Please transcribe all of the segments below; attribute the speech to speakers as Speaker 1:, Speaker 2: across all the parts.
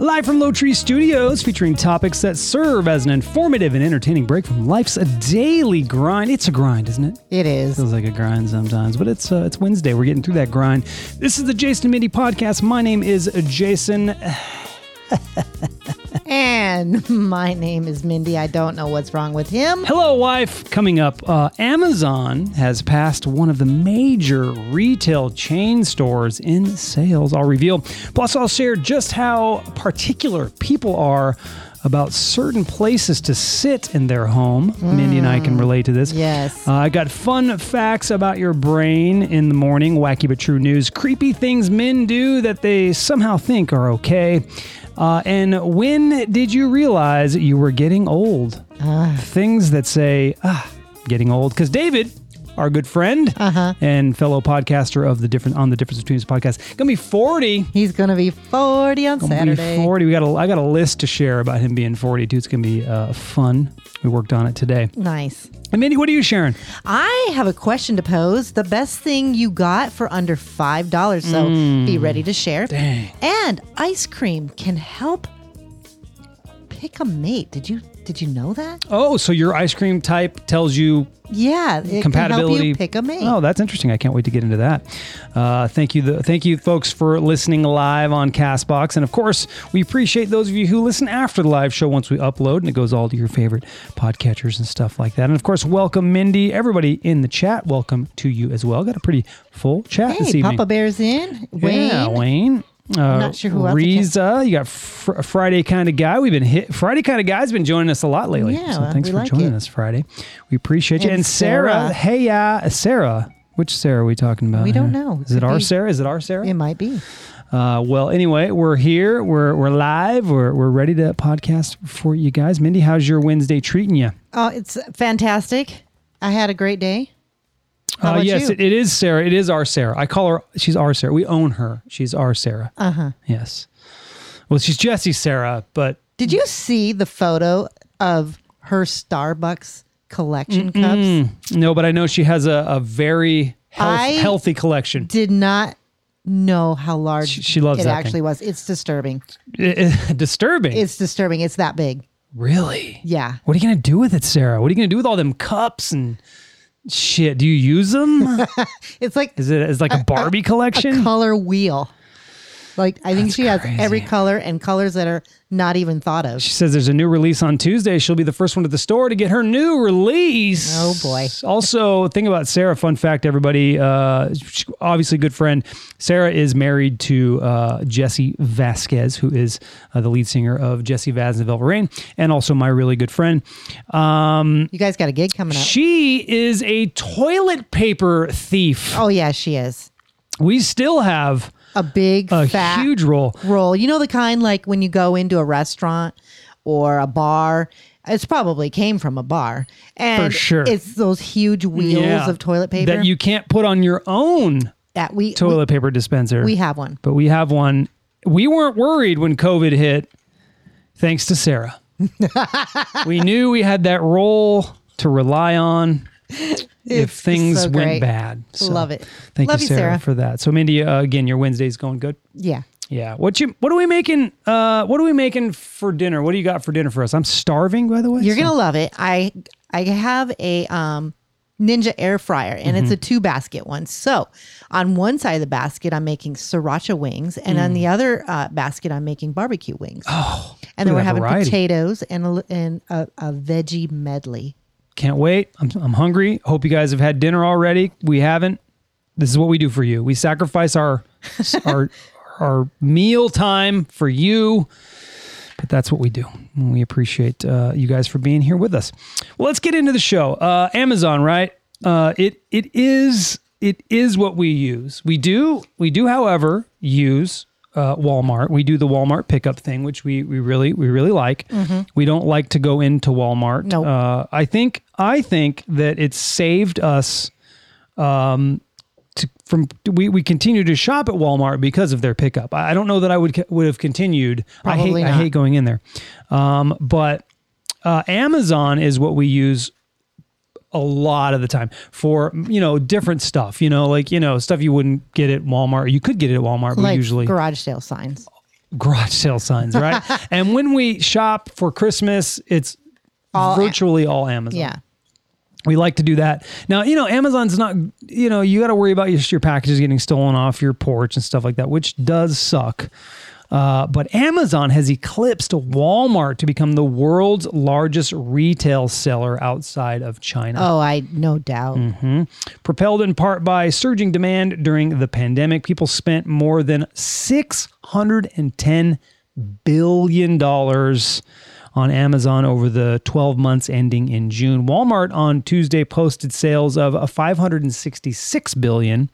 Speaker 1: Live from Low Tree Studios, featuring topics that serve as an informative and entertaining break from life's daily grind. It's a grind, isn't it?
Speaker 2: It is.
Speaker 1: Feels like a grind sometimes, but it's uh, it's Wednesday. We're getting through that grind. This is the Jason and Mindy podcast. My name is Jason.
Speaker 2: And my name is Mindy. I don't know what's wrong with him.
Speaker 1: Hello, wife. Coming up, uh, Amazon has passed one of the major retail chain stores in sales. I'll reveal. Plus, I'll share just how particular people are about certain places to sit in their home. Mindy and I can relate to this.
Speaker 2: Yes.
Speaker 1: Uh, I got fun facts about your brain in the morning, wacky but true news, creepy things men do that they somehow think are okay. Uh, and when did you realize you were getting old? Things that say, ah, getting old. Because David, our good friend and fellow podcaster of the different on the difference between us podcast, gonna be forty.
Speaker 2: He's going to be 40 on
Speaker 1: Gonna be
Speaker 2: Saturday.
Speaker 1: 40. We got a, I got a list to share about him being 42. It's going to be uh, fun. We worked on it today.
Speaker 2: Nice.
Speaker 1: And Mindy, what are you sharing?
Speaker 2: I have a question to pose. The best thing you got for under $5. So be ready to share.
Speaker 1: Mm. Dang.
Speaker 2: And ice cream can help pick a mate. Did you did you know that?
Speaker 1: Oh, so your ice cream type tells you
Speaker 2: Yeah, it
Speaker 1: compatibility.
Speaker 2: can help you pick a mate.
Speaker 1: Oh, that's interesting. I can't wait to get into that. Uh, thank you, the, thank you, folks, for listening live on Castbox, and of course, we appreciate those of you who listen after the live show once we upload, and it goes all to your favorite podcatchers and stuff like that. And of course, welcome Mindy, everybody in the chat. Welcome to you as well. Got a pretty full chat this
Speaker 2: hey,
Speaker 1: evening.
Speaker 2: Papa Bear's in. Wayne.
Speaker 1: Yeah, Wayne. Uh,
Speaker 2: not sure who else I can-
Speaker 1: Reza, you got fr- Friday kind of guy. We've been hit. Friday kind of guy's been joining us a lot lately.
Speaker 2: Yeah,
Speaker 1: so
Speaker 2: well,
Speaker 1: thanks
Speaker 2: we
Speaker 1: for
Speaker 2: like
Speaker 1: joining
Speaker 2: it.
Speaker 1: us, Friday. We appreciate you.
Speaker 2: And
Speaker 1: And, Sarah,
Speaker 2: Sarah.
Speaker 1: hey, yeah, Sarah. Which Sarah are we talking about?
Speaker 2: We don't
Speaker 1: here?
Speaker 2: know.
Speaker 1: Is
Speaker 2: It
Speaker 1: it
Speaker 2: could
Speaker 1: our
Speaker 2: be-
Speaker 1: Sarah? Is it our Sarah?
Speaker 2: It might be.
Speaker 1: Uh, well, anyway, we're here. We're we're live. We're we're ready to podcast for you guys. Mindy, how's your Wednesday treating you?
Speaker 2: Oh, it's fantastic. I had a great day. How about
Speaker 1: Uh, yes,
Speaker 2: you?
Speaker 1: It, it is Sarah. It is our Sarah. I call her. She's our Sarah. We own her. She's our Sarah. Uh
Speaker 2: Uh-huh.
Speaker 1: huh. Yes. Well, she's Jesse's Sarah, but
Speaker 2: Did you see the photo of her Starbucks collection cups?
Speaker 1: no. But I know she has a, a very health,
Speaker 2: I-
Speaker 1: healthy collection.
Speaker 2: Did not know how large
Speaker 1: She- she loves
Speaker 2: it
Speaker 1: that
Speaker 2: actually
Speaker 1: thing.
Speaker 2: was. It's disturbing.
Speaker 1: Disturbing.
Speaker 2: It's disturbing. It's that big.
Speaker 1: really.
Speaker 2: Yeah.
Speaker 1: What are you gonna do with it, Sarah? What are you gonna do with all them cups and shit? Do you use them?
Speaker 2: It's like
Speaker 1: is it is like a Barbie
Speaker 2: a
Speaker 1: collection?
Speaker 2: color wheel. Like I think she has every
Speaker 1: crazy.
Speaker 2: color and colors that are not even thought of.
Speaker 1: She says there's a new release on Tuesday. She'll be the first one at the store to get her new release.
Speaker 2: Oh, boy.
Speaker 1: Also, thing about Sarah, fun fact, everybody. Uh, she- obviously, good friend. Sarah is married to uh, Jesse Vasquez, who is uh, the lead singer of Jesse Vaz and the Velvet Rain, and also my really good friend.
Speaker 2: You guys got a gig coming up.
Speaker 1: She is a toilet paper thief.
Speaker 2: Oh yeah, she is.
Speaker 1: We still have
Speaker 2: A big
Speaker 1: a
Speaker 2: fat
Speaker 1: huge roll.
Speaker 2: roll. You know the kind like when you go into a restaurant or a bar. It's probably came from a bar, and
Speaker 1: For sure.
Speaker 2: it's those huge wheels
Speaker 1: Yeah.
Speaker 2: of toilet paper
Speaker 1: that you can't put on your own
Speaker 2: that we, we
Speaker 1: toilet paper dispenser.
Speaker 2: we have one.
Speaker 1: but we have one. We weren't worried when COVID hit, thanks to Sarah. we knew we had that role to rely on if
Speaker 2: It's
Speaker 1: things
Speaker 2: so
Speaker 1: went
Speaker 2: great.
Speaker 1: bad. So,
Speaker 2: Love it.
Speaker 1: Thank
Speaker 2: Love
Speaker 1: you,
Speaker 2: you,
Speaker 1: Sarah,
Speaker 2: Sarah.
Speaker 1: for that. So, Mindy, uh, again, your Wednesday's going good.
Speaker 2: Yeah,
Speaker 1: Yeah. What you? What are we making? Uh, what are we making for dinner? What do you got for dinner for us? I'm starving, by the way.
Speaker 2: you're
Speaker 1: so-
Speaker 2: gonna love it. I I have a um, Ninja air fryer, and
Speaker 1: Mm-hmm.
Speaker 2: it's a two basket one. So on one side of the basket, I'm making sriracha wings, and on the other uh, basket, I'm making barbecue wings. Oh, and then
Speaker 1: Mm. look
Speaker 2: we're
Speaker 1: at that
Speaker 2: having
Speaker 1: variety.
Speaker 2: potatoes and a, li- and a, a veggie medley.
Speaker 1: Can't wait. I'm, I'm hungry. Hope you guys have had dinner already. We haven't. This is what we do for you. We sacrifice our our our meal time for you. But that's what we do. And We appreciate uh, you guys for being here with us. Well, let's get into the show. Uh, Amazon, right? Uh, it it is it is what we use. We do we do, however, use uh, Walmart. We do the Walmart pickup thing, which we we really we really like. We don't like to go into Walmart.
Speaker 2: Nope.
Speaker 1: Uh, I think I think that it saved us um, to from we, we continue to shop at Walmart because of their pickup. I I don't know that I would co- would have continued.
Speaker 2: Probably
Speaker 1: I hate
Speaker 2: not.
Speaker 1: I hate going in there. Um, but uh, Amazon is what we use a lot of the time for you know different stuff. You know, like you know stuff you wouldn't get at Walmart. You could get it at Walmart, but
Speaker 2: like
Speaker 1: usually
Speaker 2: garage sale signs.
Speaker 1: garage sale signs, right? and when we shop for Christmas, it's
Speaker 2: All Am-
Speaker 1: virtually all Amazon.
Speaker 2: Yeah.
Speaker 1: We like to do that. Now, you know, Amazon's not, you know, you got to worry about your, your packages getting stolen off your porch and stuff like that, which does suck. Uh, but Amazon has eclipsed Walmart to become the world's largest retail seller outside of China
Speaker 2: Oh, I no doubt.
Speaker 1: Hmm. propelled in part by surging demand during the pandemic. People spent more than $610 billion on Amazon over the 12 months ending in June. Walmart on Tuesday posted sales of a 566 billion,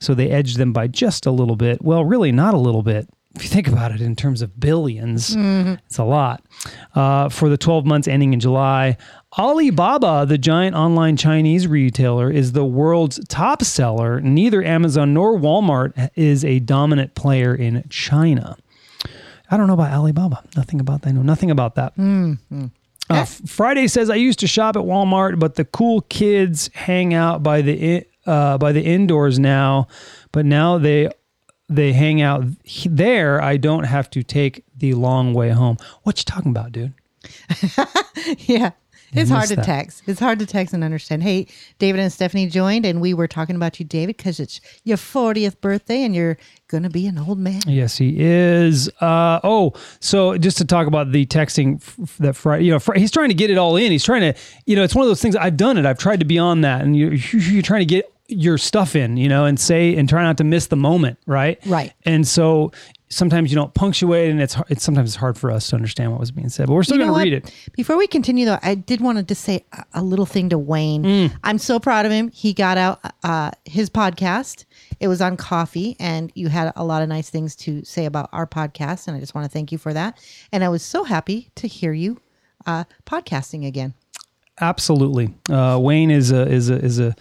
Speaker 1: so they edged them by just a little bit. Well, really not a little bit. If you think about it in terms of 1000000000s it's a lot. Uh, for the 12 months ending in July, Alibaba, the giant online Chinese retailer, is the world's top seller. Neither Amazon nor Walmart is a dominant player in China. I don't know about Alibaba. Nothing about that. I know nothing about that. Uh, F- Friday says I used to shop at Walmart, but the cool kids hang out by the i- uh, by the indoors now. But now they they hang out he- there. I don't have to take the long way home. What you talking about, dude?
Speaker 2: Yeah. It's hard
Speaker 1: missed
Speaker 2: to
Speaker 1: that.
Speaker 2: text. It's hard to text and understand. Hey, David and Stephanie joined, and we were talking about you, David, because it's your 40th birthday and you're going to be an old man.
Speaker 1: Yes, he is. Uh, oh, so just to talk about the texting f- f- that Friday, you know, Fri- he's trying to get it all in. He's trying to, you know, it's one of those things. I've done it. I've tried to be on that, and you're, you're trying to get your stuff in, you know, and say and try not to miss the moment, right?
Speaker 2: Right.
Speaker 1: And so sometimes you don't punctuate, and it's har- it's sometimes it's hard for us to understand what was being said, but we're still
Speaker 2: You know
Speaker 1: going to
Speaker 2: what?
Speaker 1: read it.
Speaker 2: Before we continue, though, I did want to just say a, a little thing to Wayne.
Speaker 1: Hmm.
Speaker 2: I'm so proud of him. He got out uh, his podcast. It was on coffee, and you had a lot of nice things to say about our podcast, and I just want to thank you for that. And I was so happy to hear you uh, podcasting again.
Speaker 1: Absolutely. Uh, Wayne is a is a is a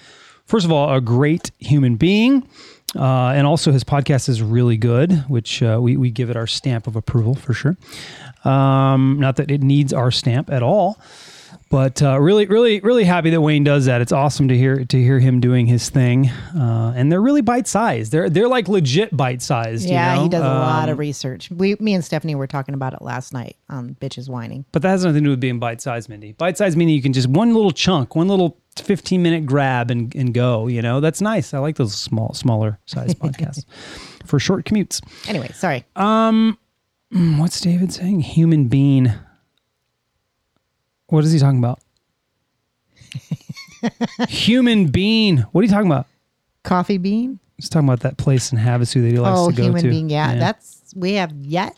Speaker 1: first of all a great human being. Uh, and also, his podcast is really good, which uh, we, we give it our stamp of approval for sure. Um, not that it needs our stamp at all, but uh, really, really, really happy that Wayne does that. It's awesome to hear to hear him doing his thing, uh, and they're really bite sized. They're they're like legit bite sized.
Speaker 2: Yeah,
Speaker 1: you know?
Speaker 2: he does a
Speaker 1: Um,
Speaker 2: lot of research. We, me and Stephanie were talking about it last night on Bitches Whining.
Speaker 1: But that has nothing to do with being bite sized, Mindy. Bite sized meaning you can just one little chunk, one little 15 minute grab and, and go. You know, that's nice. I like those small, smaller sized podcasts for short commutes.
Speaker 2: Anyway, sorry.
Speaker 1: Uh, What's David saying? Human being. What is he talking about? Human being. What are you talking about?
Speaker 2: Coffee bean?
Speaker 1: He's talking about that place in Havasu that he likes
Speaker 2: Oh,
Speaker 1: to go
Speaker 2: human
Speaker 1: to.
Speaker 2: being. Yeah, that's, we have yet.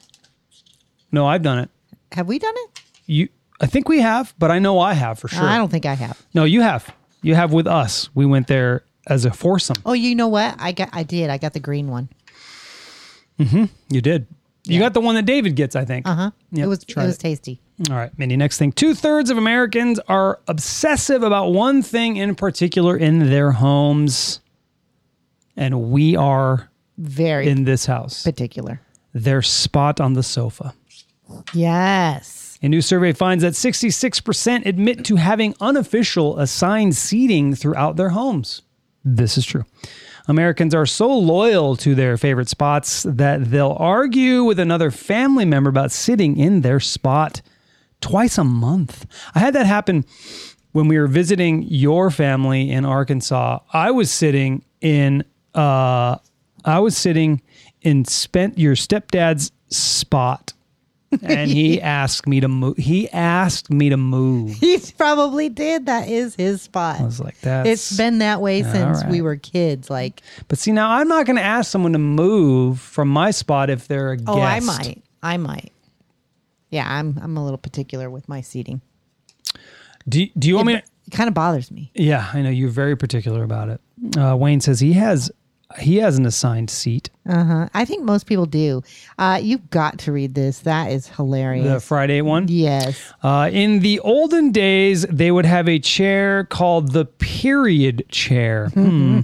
Speaker 1: no, I've done it.
Speaker 2: Have we done it?
Speaker 1: You, I think we have, but I know I have for sure.
Speaker 2: I don't think I have.
Speaker 1: No, you have. You have with us. We went there as a foursome.
Speaker 2: Oh, you know what? I got, I did. I got the green one.
Speaker 1: You did. You got the one that David gets, I think. Uh huh.
Speaker 2: Uh-huh. it was, it was tasty.
Speaker 1: All right, Mindy. Next thing, two thirds of Americans are obsessive about one thing in particular in their homes, and we are
Speaker 2: Very
Speaker 1: in this house.
Speaker 2: particular.
Speaker 1: Their spot on the sofa.
Speaker 2: Yes.
Speaker 1: A new survey finds that 66% admit to having unofficial assigned seating throughout their homes. This is true. Americans are so loyal to their favorite spots that they'll argue with another family member about sitting in their spot twice a month. I had that happen when we were visiting your family in Arkansas. I was sitting in uh I was sitting in spent your stepdad's spot and he asked me to move. He asked me to move.
Speaker 2: He probably did. That is his spot.
Speaker 1: I was like, that's.
Speaker 2: it's been that way since
Speaker 1: right.
Speaker 2: we were kids. Like,
Speaker 1: but see, now I'm not going to ask someone to move from my spot if they're a guest.
Speaker 2: oh, I might. I might. Yeah, I'm I'm a little particular with my seating.
Speaker 1: Do, do you want me to?
Speaker 2: It kind of bothers me.
Speaker 1: Yeah, I know you're very particular about it. Uh, Wayne says he has he has an assigned seat.
Speaker 2: Uh-huh. I think most people do. Uh, you've got to read this. That is
Speaker 1: The
Speaker 2: hilarious.
Speaker 1: Friday one.
Speaker 2: yes.
Speaker 1: Uh, in the olden days, they would have a chair called the period chair. Hmm.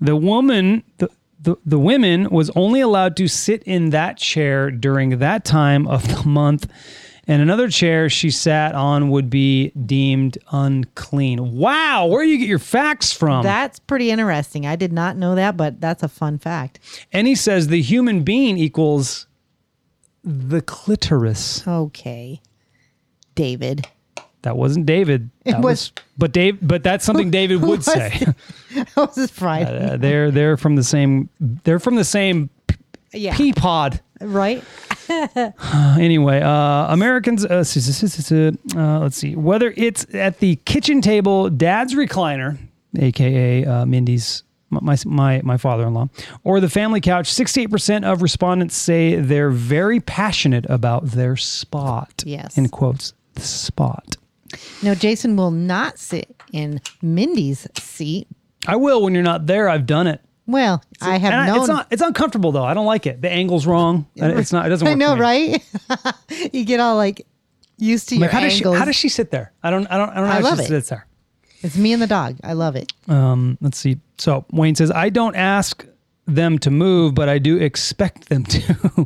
Speaker 1: the woman, the, the, the women, was only allowed to sit in that chair during that time of the month. And another chair she sat on would be deemed unclean. Wow, where do you get your facts from?
Speaker 2: That's pretty interesting. I did not know that, but that's a fun fact.
Speaker 1: and he says the human being equals the clitoris.
Speaker 2: Okay. David.
Speaker 1: That wasn't David. That
Speaker 2: was-
Speaker 1: but Dave. But that's something David
Speaker 2: who
Speaker 1: would
Speaker 2: was
Speaker 1: say.
Speaker 2: That was Friday.
Speaker 1: Uh, they're they're from the same. They're from the same
Speaker 2: yeah.
Speaker 1: pea pod.
Speaker 2: Right?
Speaker 1: Anyway, uh, Americans. Uh, s- s- s- s- uh, let's see. Whether it's at the kitchen table, Dad's recliner, aka uh, Mindy's. My, my my father-in-law or the family couch 68% of respondents say they're very passionate about their spot
Speaker 2: Yes.
Speaker 1: in quotes the spot
Speaker 2: No, Jason will not sit in Mindy's seat.
Speaker 1: i will when you're not there i've done it
Speaker 2: Well, I have
Speaker 1: And I-
Speaker 2: known.
Speaker 1: it's not. It's uncomfortable though. I don't like it. The angle's wrong. And It's not. It doesn't. Work
Speaker 2: I
Speaker 1: for
Speaker 2: know,
Speaker 1: me.
Speaker 2: right? you get all like used to
Speaker 1: Like,
Speaker 2: your
Speaker 1: how does she?
Speaker 2: angles.
Speaker 1: How does she sit there? I don't. I don't. I don't know
Speaker 2: I
Speaker 1: how
Speaker 2: love
Speaker 1: she
Speaker 2: it.
Speaker 1: sits there.
Speaker 2: it's me and the dog. I love it.
Speaker 1: Um. Let's see. So Wayne says, I don't ask them to move, but I do expect them to.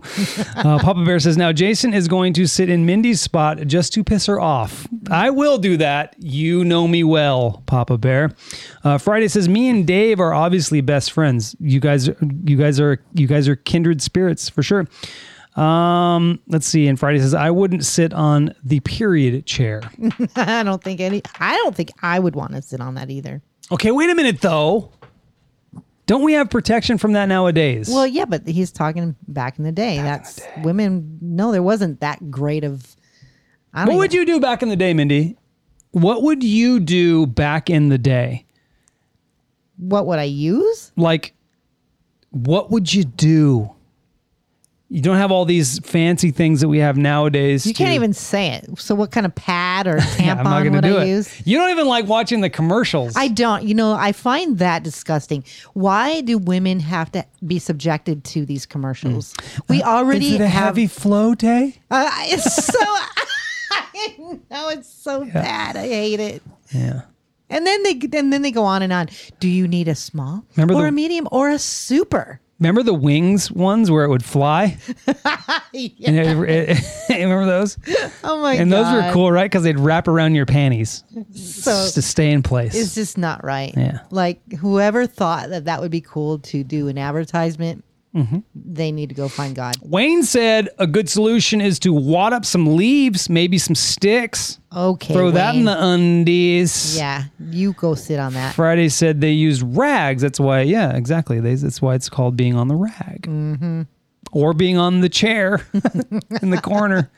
Speaker 1: uh, Papa Bear says, now Jason is going to sit in Mindy's spot just to piss her off. I will do that. You know me well, Papa Bear. Uh, Friday says, me and Dave are obviously best friends. You guys, you guys are, you guys are kindred spirits for sure. Um, let's see. And Friday says, I wouldn't sit on the period chair.
Speaker 2: I don't think any. I don't think I would want to sit on that either.
Speaker 1: Okay, wait a minute though. Don't we have protection from that nowadays?
Speaker 2: Well, yeah, but he's talking back in the day. That's women. No, there wasn't that great of. I don't
Speaker 1: what would you do back in the day, Mindy? What would you do back in the day?
Speaker 2: What would I use?
Speaker 1: Like, what would you do? You don't have all these fancy things that we have nowadays.
Speaker 2: You can't
Speaker 1: to-
Speaker 2: even say it. So, what kind of pad or tampon
Speaker 1: Yeah, I'm not gonna
Speaker 2: would
Speaker 1: do
Speaker 2: I
Speaker 1: it.
Speaker 2: use?
Speaker 1: You don't even like watching the commercials.
Speaker 2: I don't. You know, I find that disgusting. Why do women have to be subjected to these commercials? We already
Speaker 1: Hmm. Is it a
Speaker 2: have.
Speaker 1: heavy flow day?
Speaker 2: Uh, it's so. I know it's so bad. I hate it.
Speaker 1: Yeah.
Speaker 2: And then they and then they go on and on. Do you need a small
Speaker 1: Remember
Speaker 2: or
Speaker 1: the-
Speaker 2: a medium or a super?
Speaker 1: Remember the wings ones where it would fly? And it- it- remember those?
Speaker 2: Oh my
Speaker 1: And
Speaker 2: god!
Speaker 1: those were cool, right? Because they'd wrap around your panties s- to stay in place.
Speaker 2: It's just not right.
Speaker 1: Yeah.
Speaker 2: Like whoever thought that that would be cool to do an advertisement,
Speaker 1: Mm-hmm.
Speaker 2: they need to go find God.
Speaker 1: Wayne said a good solution is to wad up some leaves, maybe some sticks,
Speaker 2: Okay.
Speaker 1: throw that in
Speaker 2: Wayne.
Speaker 1: the undies.
Speaker 2: Yeah, you go sit on that.
Speaker 1: Friday said they used rags. That's why, yeah, exactly. They, that's why it's called being on the rag mm-hmm. or being on the chair in the corner,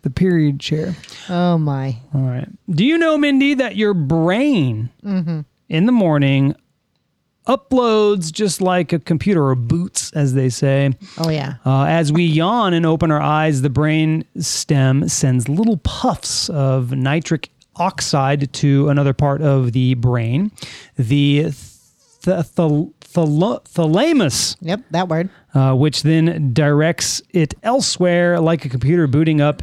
Speaker 1: the period chair.
Speaker 2: Oh my.
Speaker 1: All right. Do you know, Mindy, that your brain in the morning uploads just like a computer or boots, as they say?
Speaker 2: Oh yeah.
Speaker 1: Uh, as we yawn and open our eyes, the brain stem sends little puffs of nitric oxide to another part of the brain, the th- th- thal- thalamus,
Speaker 2: Yep, that word.
Speaker 1: uh, which then directs it elsewhere, like a computer booting up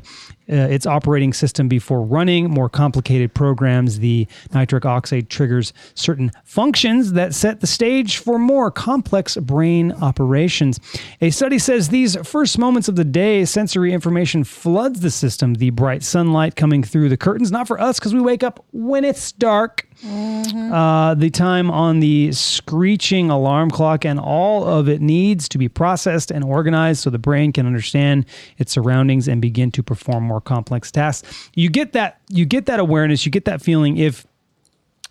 Speaker 1: uh, its operating system before running more complicated programs. The nitric oxide triggers certain functions that set the stage for more complex brain operations. A study says these first moments of the day, sensory information floods the system. The bright sunlight coming through the curtains, not for us because we wake up when it's dark uh, the time on the screeching alarm clock, and all of it needs to be processed and organized so the brain can understand its surroundings and begin to perform more complex tasks. You get that. You get that awareness. You get that feeling if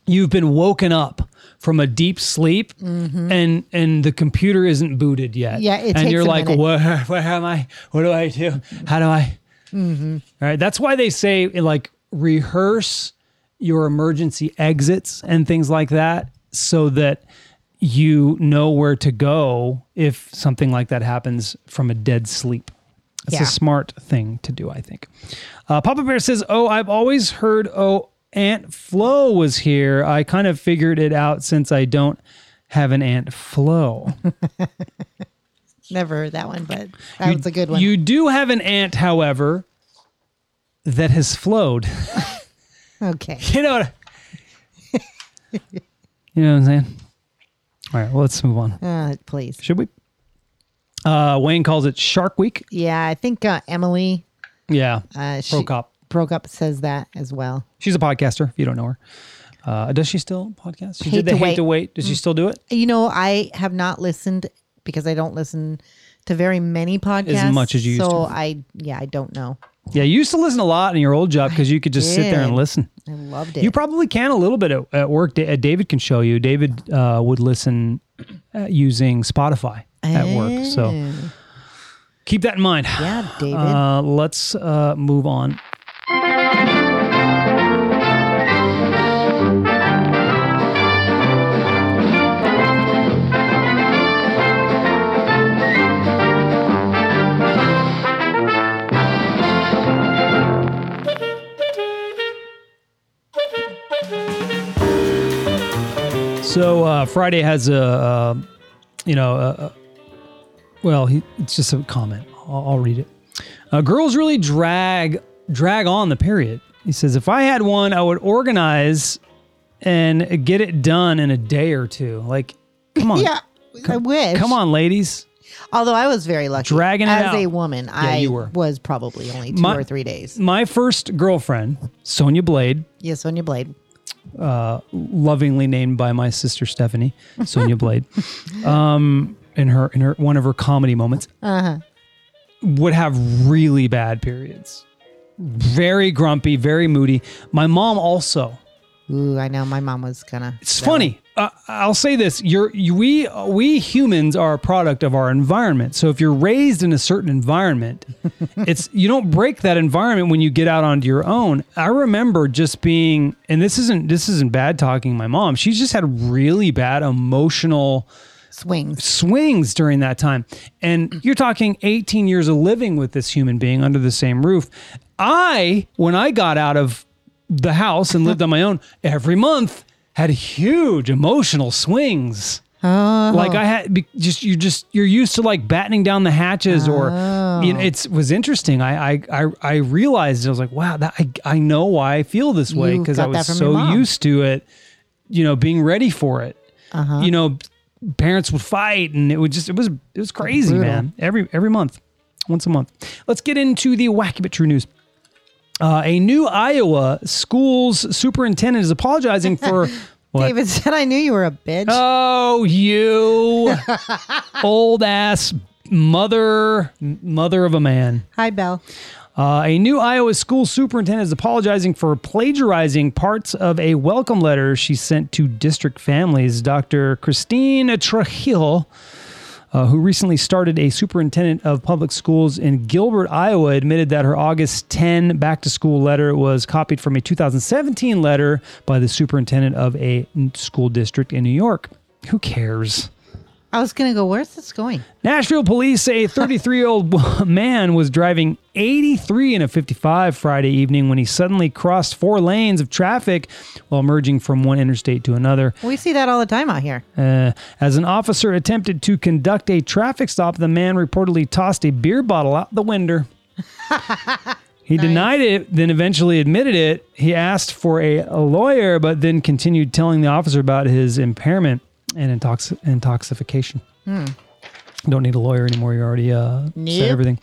Speaker 1: you've been woken up from a deep sleep and and the computer isn't booted yet.
Speaker 2: Mm-hmm. Yeah, it
Speaker 1: and
Speaker 2: takes
Speaker 1: you're
Speaker 2: a
Speaker 1: like,
Speaker 2: minute.
Speaker 1: where where am I? What do I do? How do I? All right. That's why they say like rehearse your emergency exits and things like that so that you know where to go if something like that happens from a dead sleep. That's
Speaker 2: Yeah.
Speaker 1: a smart thing to do, I think. Uh, Papa Bear says, Oh, I've always heard, oh, Aunt Flo was here. I kind of figured it out since I don't have an Aunt Flo.
Speaker 2: Never heard that one, but that was a good one.
Speaker 1: You do have an aunt, however, that has flowed.
Speaker 2: okay.
Speaker 1: You know what? you know what I'm saying? All right, well, let's move on.
Speaker 2: Uh, please.
Speaker 1: Should we? Uh, Wayne calls it Shark Week.
Speaker 2: Yeah, I think uh, Emily
Speaker 1: Yeah.
Speaker 2: uh, she,
Speaker 1: Pro cop.
Speaker 2: Prokop says that as well.
Speaker 1: She's a podcaster, if you don't know her. Uh, does she still podcast? She
Speaker 2: Hate
Speaker 1: did the
Speaker 2: to
Speaker 1: Hate
Speaker 2: Wait. Mm.
Speaker 1: to Wait. Does she still do it?
Speaker 2: You know, I have not listened because I don't listen to very many podcasts
Speaker 1: much as you used
Speaker 2: so
Speaker 1: to.
Speaker 2: I yeah, I don't know.
Speaker 1: Yeah, you used to listen a lot in your old job because you could just sit there and
Speaker 2: did.
Speaker 1: listen.
Speaker 2: I loved it.
Speaker 1: You probably can a little bit at, at work. Da- uh, David can show you. David uh, would listen uh, using Spotify at work. So
Speaker 2: Oh,
Speaker 1: keep that in mind.
Speaker 2: yeah, David.
Speaker 1: Uh, let's uh, move on. So uh, Friday has a, uh, you know, a, a- well, he, it's just a comment. I'll, I'll read it. Uh, girls really drag drag on the period. He says, if I had one, I would organize and get it done in a day or two. Like, come on,
Speaker 2: yeah. I wish.
Speaker 1: come on, ladies.
Speaker 2: Although I was very lucky.
Speaker 1: Dragging it
Speaker 2: As
Speaker 1: out.
Speaker 2: a woman, I
Speaker 1: you were.
Speaker 2: was probably only two
Speaker 1: My-
Speaker 2: or three days.
Speaker 1: My first girlfriend, Sonia Blade,
Speaker 2: Yes, on your blade.
Speaker 1: lovingly named by my sister Stephanie, Sonia Blade, um, in her in her one of her comedy moments, would have really bad periods, very grumpy, very moody. My mom also.
Speaker 2: Ooh, I know. My mom was kind of.
Speaker 1: It's funny. Uh, I'll say this: you're you, we we humans are a product of our environment. So if you're raised in a certain environment, it's you don't break that environment when you get out onto your own. I remember just being, and this isn't this isn't bad talking. My mom, she just had really bad emotional
Speaker 2: Swings.
Speaker 1: swings during that time. And you're talking 18 years of living with this human being under the same roof. I, when I got out of the house and lived on my own, every month had huge emotional swings.
Speaker 2: Oh.
Speaker 1: Like I had be- just you just you're used to like battening down the hatches or
Speaker 2: Oh.
Speaker 1: you know, it's was interesting. I I I, I realized I was like wow that I, I know why I feel this way
Speaker 2: You
Speaker 1: because I
Speaker 2: got that
Speaker 1: was
Speaker 2: from your
Speaker 1: so
Speaker 2: mom.
Speaker 1: used to it you know, being ready for it.
Speaker 2: Uh-huh.
Speaker 1: You know, parents would fight, and it would just it was it was crazy,
Speaker 2: Brutal.
Speaker 1: man. Every every month, once a month. Let's get into the wacky but true news. Uh, a new Iowa schools superintendent is apologizing for what?
Speaker 2: David said, I knew you were a bitch.
Speaker 1: Oh, you old ass mother mother of a man.
Speaker 2: Hi, Belle.
Speaker 1: Uh, a new Iowa school superintendent is apologizing for plagiarizing parts of a welcome letter she sent to district families. Dr. Christine Trujillo, uh, who recently started a superintendent of public schools in Gilbert, Iowa, admitted that her August 10 back to school letter was copied from a 2017 letter by the superintendent of a n- school district in New York. Who cares?
Speaker 2: I was going to go, where's this going?
Speaker 1: Nashville police say a 33 year old man was driving 83 in a 55 Friday evening when he suddenly crossed four lanes of traffic while merging from one interstate to another.
Speaker 2: We see that all the time out here.
Speaker 1: Uh, as an officer attempted to conduct a traffic stop, the man reportedly tossed a beer bottle out the window. he denied it, then eventually admitted it. He asked for a, a lawyer, but then continued telling the officer about his impairment and intox- intoxication. Don't need a lawyer anymore. You already uh,
Speaker 2: Nope.
Speaker 1: said everything.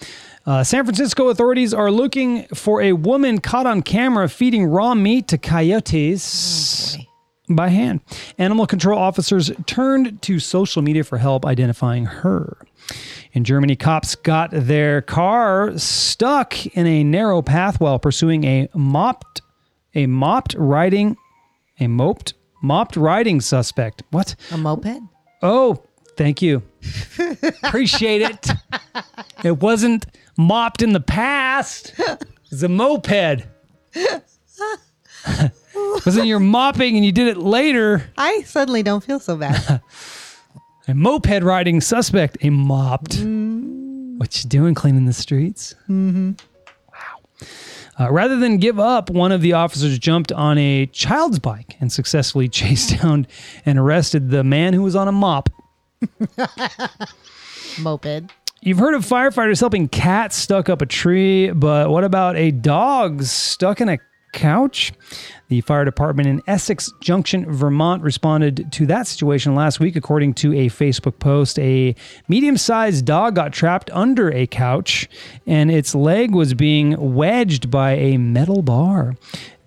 Speaker 1: Uh, San Francisco authorities are looking for a woman caught on camera feeding raw meat to coyotes by hand. Animal control officers turned to social media for help identifying her. In Germany, cops got their car stuck in a narrow path while pursuing a mopped, a mopped riding, a moped, mopped riding suspect. What?
Speaker 2: A moped?
Speaker 1: Oh, thank you. Appreciate it. It wasn't mopped in the past. It's a moped. wasn't your mopping and you did it later.
Speaker 2: I suddenly don't feel so bad.
Speaker 1: A moped riding suspect, a mopped. What you doing cleaning the streets? Mm-hmm. Wow. Uh, rather than give up, one of the officers jumped on a child's bike and successfully chased down and arrested the man who was on a mop.
Speaker 2: moped.
Speaker 1: You've heard of firefighters helping cats stuck up a tree, but what about a dog stuck in a couch? The fire department in Essex Junction, Vermont responded to that situation last week. According to a Facebook post, a medium sized dog got trapped under a couch and its leg was being wedged by a metal bar.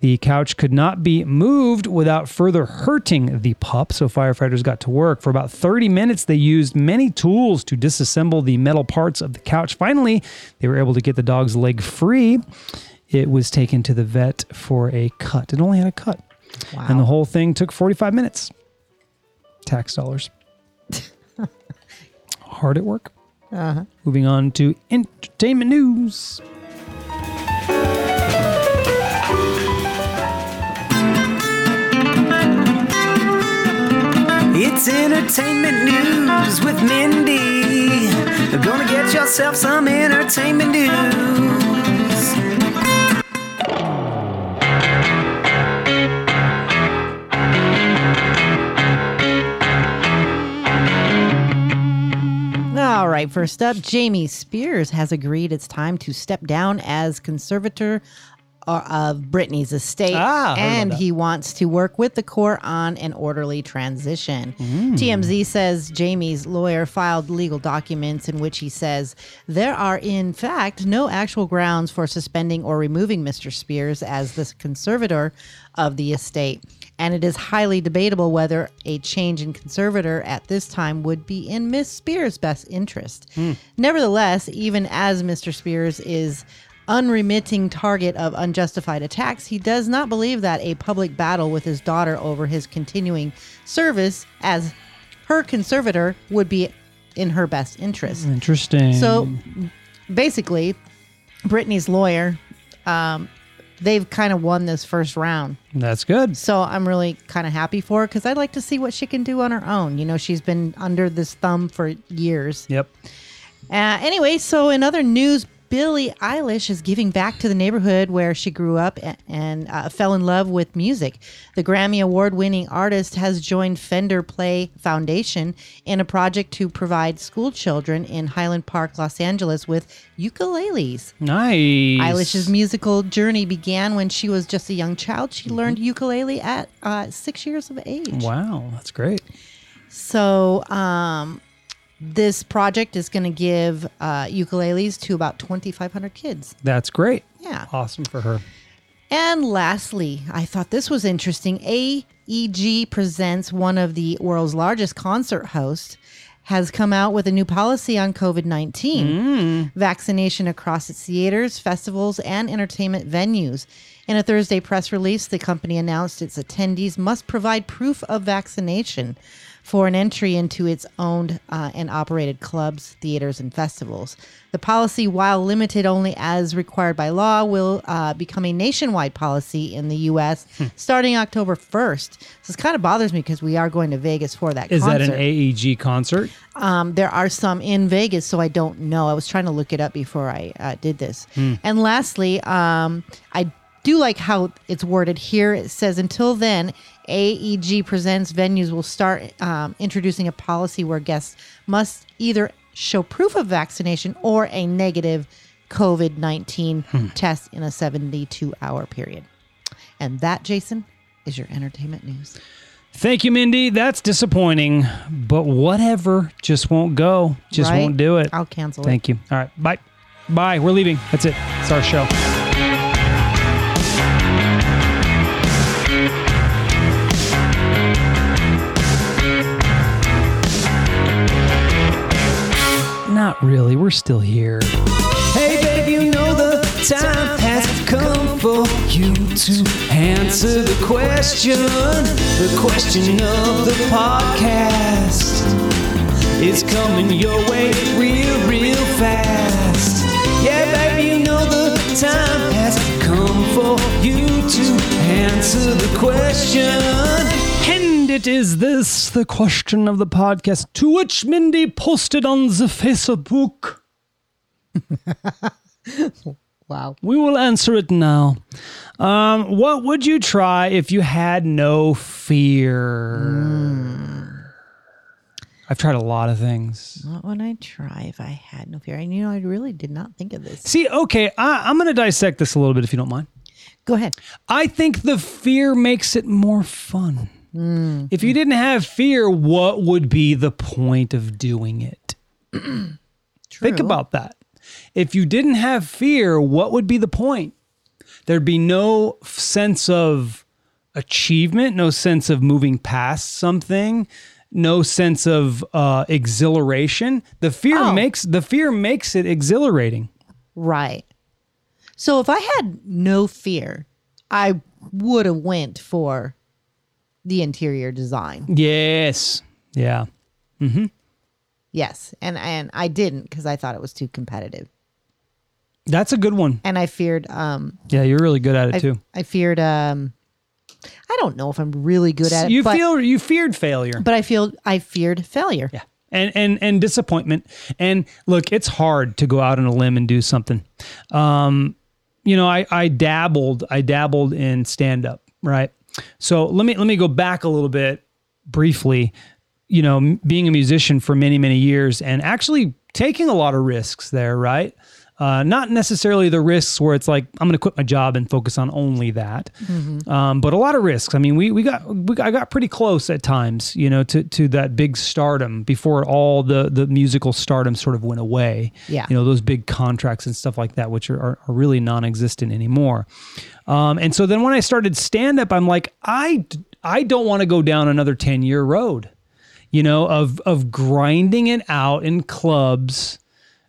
Speaker 1: The couch could not be moved without further hurting the pup, so firefighters got to work. For about 30 minutes, they used many tools to disassemble the metal parts of the couch. Finally, they were able to get the dog's leg free. It was taken to the vet for a cut. It only had a cut,
Speaker 2: Wow.
Speaker 1: and the whole thing took 45 minutes. Tax dollars. Hard at work. Moving on to entertainment news.
Speaker 3: It's entertainment news with Mindy. Gonna get yourself some entertainment news.
Speaker 2: All right, first up, Jamie Spears has agreed it's time to step down as conservator uh, of Britney's estate.
Speaker 1: Ah, heard about
Speaker 2: and
Speaker 1: that.
Speaker 2: he wants to work with the court on an orderly transition. TMZ says Jamie's lawyer filed legal documents in which he says there are, in fact, no actual grounds for suspending or removing Mr. Spears as the conservator of the estate. And it is highly debatable whether a change in conservator at this time would be in Miss Spears' best interest. Nevertheless, even as Mr. Spears is unremitting target of unjustified attacks, he does not believe that a public battle with his daughter over his continuing service as her conservator would be in her best interest.
Speaker 1: Mm-hmm. Interesting.
Speaker 2: So basically, Brittany's lawyer, um, they've kind of won this first round.
Speaker 1: that's good.
Speaker 2: So I'm really kind of happy for her because I'd like to see what she can do on her own. You know, she's been under this thumb for years.
Speaker 1: Yep.
Speaker 2: Uh, anyway, so in other news, Billie Eilish is giving back to the neighborhood where she grew up and, and uh, fell in love with music. The Grammy Award winning artist has joined Fender Play Foundation in a project to provide school children in Highland Park, Los Angeles, with ukuleles.
Speaker 1: Nice.
Speaker 2: Eilish's musical journey began when she was just a young child. She learned ukulele at uh, six years of age.
Speaker 1: Wow, that's great.
Speaker 2: So, um, this project is going to give uh, ukuleles to about 2,500 kids.
Speaker 1: That's great.
Speaker 2: Yeah.
Speaker 1: Awesome for her.
Speaker 2: And lastly, I thought this was interesting. AEG presents one of the world's largest concert hosts has come out with a new policy on COVID-19. Vaccination across its theaters, festivals, and entertainment venues. In a Thursday press release, the company announced its attendees must provide proof of vaccination for an entry into its owned uh, and operated clubs, theaters, and festivals. The policy, while limited only as required by law, will uh, become a nationwide policy in the U.S.
Speaker 1: Hmm.
Speaker 2: starting October 1st. This kind of bothers me because we are going to Vegas for that
Speaker 1: Is
Speaker 2: concert.
Speaker 1: that an AEG concert?
Speaker 2: Um, there are some in Vegas, so I don't know. I was trying to look it up before I uh, did this.
Speaker 1: Hmm.
Speaker 2: And lastly, um, I do like how it's worded here. It says, until then, AEG Presents venues will start um, introducing a policy where guests must either show proof of vaccination or a negative COVID 19
Speaker 1: Hmm.
Speaker 2: test in a 72 hour period. And that, Jason, is your entertainment news.
Speaker 1: Thank you, Mindy. That's disappointing, but whatever. Just won't go. Just
Speaker 2: Right?
Speaker 1: won't do it.
Speaker 2: I'll cancel it.
Speaker 1: Thank you. All right. Bye. Bye. We're leaving. That's it. It's our show. Not really. We're still here.
Speaker 3: Hey, babe, you know the time has come for you to answer the question. The question of the podcast is coming your way real, real fast. Yeah, babe, you know the time has come for you to answer the question.
Speaker 1: And it is this the question of the podcast to which Mindy posted on the Facebook.
Speaker 2: Wow.
Speaker 1: We will answer it now. Um, what would you try if you had no fear? I've tried a lot of things.
Speaker 2: What would I try if I had no fear? And you know, I really did not think of this.
Speaker 1: See, okay, I, I'm going to dissect this a little bit if you don't mind.
Speaker 2: Go ahead.
Speaker 1: I think the fear makes it more fun.
Speaker 2: Hmm.
Speaker 1: If you didn't have fear, what would be the point of doing it? Think
Speaker 2: True.
Speaker 1: about that. If you didn't have fear, what would be the point? There'd be no f- sense of achievement, no sense of moving past something, no sense of uh, exhilaration. The fear
Speaker 2: Oh.
Speaker 1: makes the fear makes it exhilarating.
Speaker 2: Right. So if I had no fear, I would have went for the interior design.
Speaker 1: Yes. Yeah.
Speaker 2: Yes, and and I didn't because I thought it was too competitive,
Speaker 1: That's a good one.
Speaker 2: and I feared. Um,
Speaker 1: Yeah, you're really good at it
Speaker 2: I,
Speaker 1: too.
Speaker 2: I feared. Um, I don't know if I'm really good at it.
Speaker 1: you
Speaker 2: but,
Speaker 1: feel you feared failure.
Speaker 2: but I feel I feared failure.
Speaker 1: Yeah. And, and and disappointment. And look, it's hard to go out on a limb and do something. Um, you know, I, I dabbled, I dabbled in stand up, right? So let me let me go back a little bit briefly. You know, m- being a musician for many many years and actually taking a lot of risks there, right? Uh, not necessarily the risks where it's like I'm going to quit my job and focus on only that, um, but a lot of risks. I mean, we we got we got, I got pretty close at times, you know, to to that big stardom before all the the musical stardom sort of went away.
Speaker 2: Yeah.
Speaker 1: you know, those big contracts and stuff like that, which are, are, are really non-existent anymore. Um, and so then when I started stand up, I'm like, I, d- I don't want to go down another 10 year road, you know, of, of grinding it out in clubs,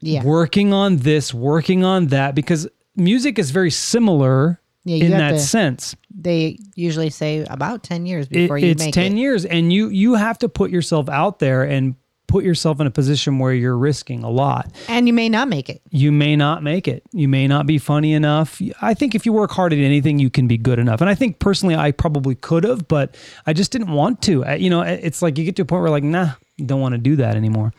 Speaker 2: Yeah,
Speaker 1: working on this, working on that, because music is very similar
Speaker 2: Yeah, you
Speaker 1: in
Speaker 2: have
Speaker 1: that
Speaker 2: to-
Speaker 1: sense
Speaker 2: they usually say about ten years
Speaker 1: it-
Speaker 2: before you
Speaker 1: it's
Speaker 2: make
Speaker 1: 10
Speaker 2: it.
Speaker 1: years and you you have to put yourself out there and put yourself in a position where you're risking a lot
Speaker 2: and you may not make it.
Speaker 1: you may not make it you may not be funny enough i think if you work hard at anything you can be good enough and i think personally i probably could have but i just didn't want to I- you know it's like you get to a point where like nah don't want to do that anymore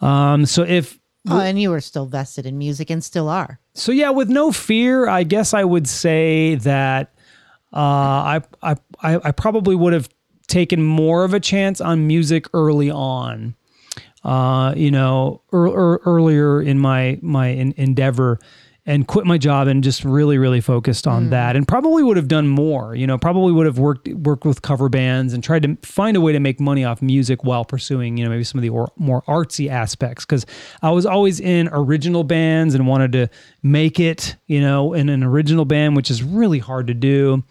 Speaker 1: um so if
Speaker 2: Oh, and you were still vested in music and still are.
Speaker 1: so yeah, with no fear, I guess I would say that uh, I, I I I probably would have taken more of a chance on music early on. Uh, you know, ear ear- earlier in my my en- endeavor, and quit my job and just really really focused on that, and probably would have done more. You know, probably would have worked worked with cover bands and tried to find a way to make money off music while pursuing you know maybe some of the or, more artsy aspects because I was always in original bands and wanted to make it you know in an original band, which is really hard to do.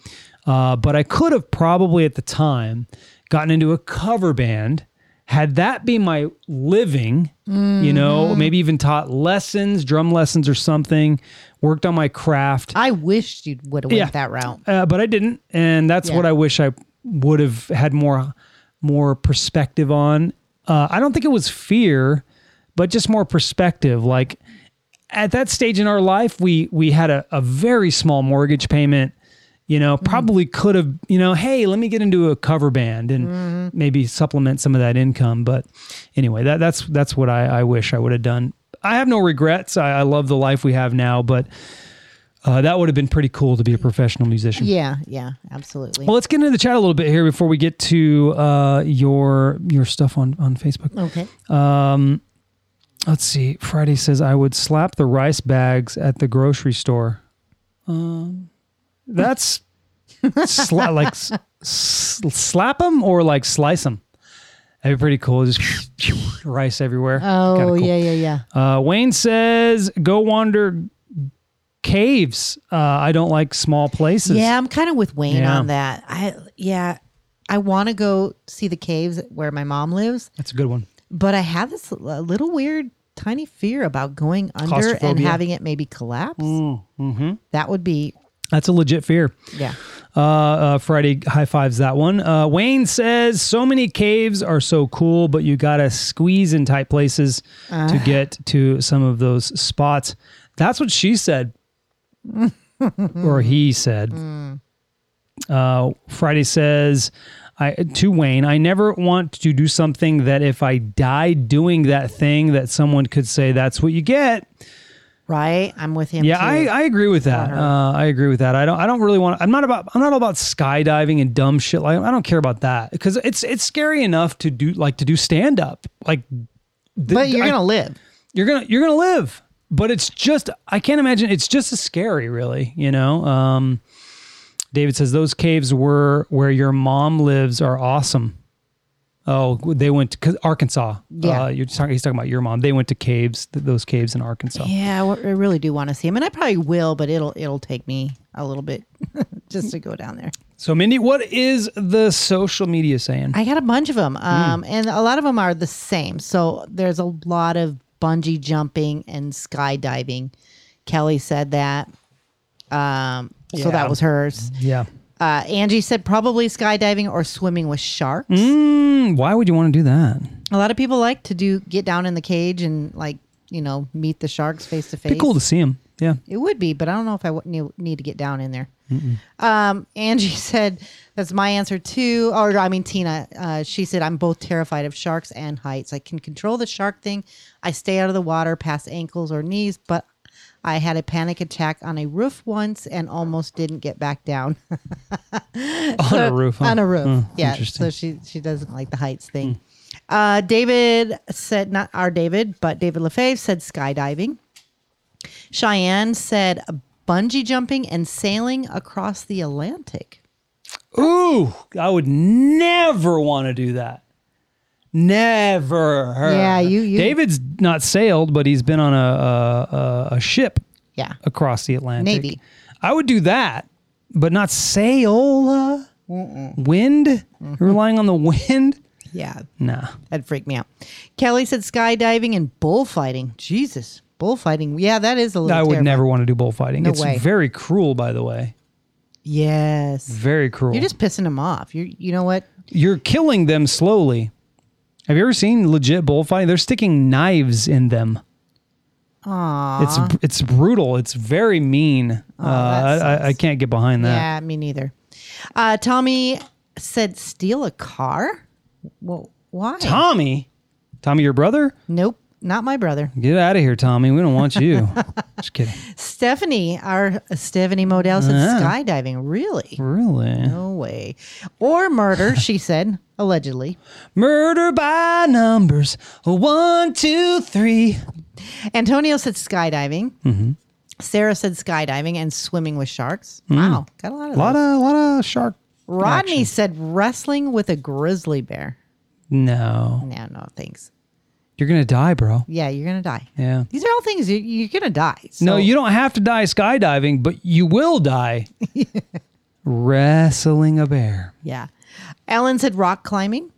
Speaker 1: Uh, but I could have probably at the time gotten into a cover band had that be my living, you know, maybe even taught lessons, drum lessons or something, worked on my craft,
Speaker 2: I wished you would have went
Speaker 1: Yeah.
Speaker 2: that route.
Speaker 1: uh, but I didn't. And that's
Speaker 2: Yeah.
Speaker 1: what I wish I would have had more, more perspective on. Uh, I don't think it was fear, but just more perspective. Like at that stage in our life, we, we had a, a very small mortgage payment, you know, probably could have, you know, Hey, let me get into a cover band and maybe supplement some of that income. But anyway, that that's, that's what I, I wish I would have done. I have no regrets. I, I love the life we have now, but uh, that would have been pretty cool to be a professional musician.
Speaker 2: Yeah, yeah, absolutely.
Speaker 1: Well, let's get into the chat a little bit here before we get to uh, your your stuff on on Facebook.
Speaker 2: okay.
Speaker 1: Let's see. Friday says I would slap the rice bags at the grocery store. Um, that's sla- like s- s- slap them or like slice them. That'd be pretty cool. Just rice everywhere.
Speaker 2: Oh,
Speaker 1: Kinda cool.
Speaker 2: yeah, yeah, yeah.
Speaker 1: Uh, Wayne says go wander caves. Uh, I don't like small places.
Speaker 2: Yeah, I'm kind of with Wayne
Speaker 1: Yeah.
Speaker 2: on that. I yeah, I want to go see the caves where my mom lives,
Speaker 1: that's a good one.
Speaker 2: but I have this l- a little weird tiny fear about going under and
Speaker 1: Claustrophobia. Mm-hmm.
Speaker 2: having it maybe collapse. That would be
Speaker 1: That's a legit fear.
Speaker 2: yeah.
Speaker 1: Uh, uh, Friday high fives that one. Uh, Wayne says so many caves are so cool, but you gotta squeeze in tight places to get to some of those spots. That's what she said, or he said. Uh, Friday says I to Wayne, I never want to do something that if I die doing that thing, that someone could say that's what you get.
Speaker 2: right? I'm with him.
Speaker 1: Yeah,
Speaker 2: too.
Speaker 1: I, I agree with that.
Speaker 2: Water.
Speaker 1: Uh, I agree with that. I don't I don't really want. I'm not about I'm not all about skydiving and dumb shit like I don't care about that because it's it's scary enough to do like to do stand up like. th-
Speaker 2: but you're
Speaker 1: I-
Speaker 2: gonna live.
Speaker 1: you're gonna you're gonna live but it's just i can't imagine it's just as scary really you know um david says those caves were where your mom lives are awesome oh they went to 'cause arkansas
Speaker 2: Yeah.
Speaker 1: uh, you're talking he's talking about your mom they went to caves th- those caves in arkansas
Speaker 2: Yeah, I wa- I really do want to see him, and I probably will, but it'll it'll take me a little bit just to go down there.
Speaker 1: so mindy what is the social media saying
Speaker 2: I got a bunch of
Speaker 1: Mm.
Speaker 2: them, um, and a lot of them are the same. So there's a lot of bungee jumping and skydiving. Kelly said that, um, so
Speaker 1: Yeah.
Speaker 2: that was hers.
Speaker 1: yeah
Speaker 2: Uh, Angie said probably skydiving or swimming with sharks.
Speaker 1: Hmm, why would you want to do that
Speaker 2: A lot of people like to do get down in the cage and like you know meet the sharks face to face.
Speaker 1: be cool to see him yeah
Speaker 2: It would be, but I don't know if I would ne- need to get down in there. Um, Angie said, "That's my answer too." Or I mean, Tina. Uh, she said, "I'm both terrified of sharks and heights. I can control the shark thing. I stay out of the water past ankles or knees, but." I had a panic attack on a roof once and almost didn't get back down
Speaker 1: on a roof huh?
Speaker 2: on a roof.
Speaker 1: Oh,
Speaker 2: yeah.
Speaker 1: interesting
Speaker 2: So she she doesn't like the heights thing. Uh, David said not our David, but David Lefebvre said skydiving. Cheyenne said bungee jumping and sailing across the Atlantic.
Speaker 1: Ooh, I would never want to do that. Never.
Speaker 2: Yeah, you- you-
Speaker 1: David's not sailed, but he's been on a a, a, a ship
Speaker 2: Yeah.
Speaker 1: across the Atlantic.
Speaker 2: Navy.
Speaker 1: I would do that, but not sail. uh, Wind. Relying on the wind.
Speaker 2: Yeah.
Speaker 1: Nah.
Speaker 2: That'd freak me out. Kelly said skydiving and bullfighting. Jesus. Bullfighting. Yeah, that is a little
Speaker 1: I would
Speaker 2: terrifying.
Speaker 1: never want to do bullfighting.
Speaker 2: No
Speaker 1: it's
Speaker 2: way.
Speaker 1: very cruel, by the way.
Speaker 2: Yes.
Speaker 1: Very cruel.
Speaker 2: You're just pissing them off. You you know what?
Speaker 1: you're killing them slowly. Have you ever seen legit bullfighting? They're sticking knives in them. Aww. It's it's brutal. It's very mean. uh, I,
Speaker 2: that
Speaker 1: I, I can't get behind that.
Speaker 2: Yeah, me neither. Uh, Tommy said steal a car? Well, why?
Speaker 1: Tommy, Tommy, your brother,
Speaker 2: Nope, not my brother.
Speaker 1: get out of here, Tommy. We don't want you. Just kidding.
Speaker 2: Stephanie, our Stephanie Modell said
Speaker 1: Yeah.
Speaker 2: skydiving. Really?
Speaker 1: Really?
Speaker 2: No way. Or murder, she said, allegedly.
Speaker 1: Murder by numbers. One, two, three.
Speaker 2: Antonio said skydiving.
Speaker 1: Mm-hmm.
Speaker 2: Sarah said skydiving and swimming with sharks. Wow, got a lot
Speaker 1: A
Speaker 2: of
Speaker 1: Mm. lot
Speaker 2: those.
Speaker 1: of lot of shark.
Speaker 2: Rodney said wrestling with a grizzly bear.
Speaker 1: No,
Speaker 2: No, no, thanks.
Speaker 1: you're gonna die, bro.
Speaker 2: Yeah, you're gonna die.
Speaker 1: Yeah.
Speaker 2: These are all things you, you're gonna die.
Speaker 1: No,
Speaker 2: So-
Speaker 1: you don't have to die skydiving, but you will die wrestling a bear.
Speaker 2: Yeah. Ellen said rock climbing.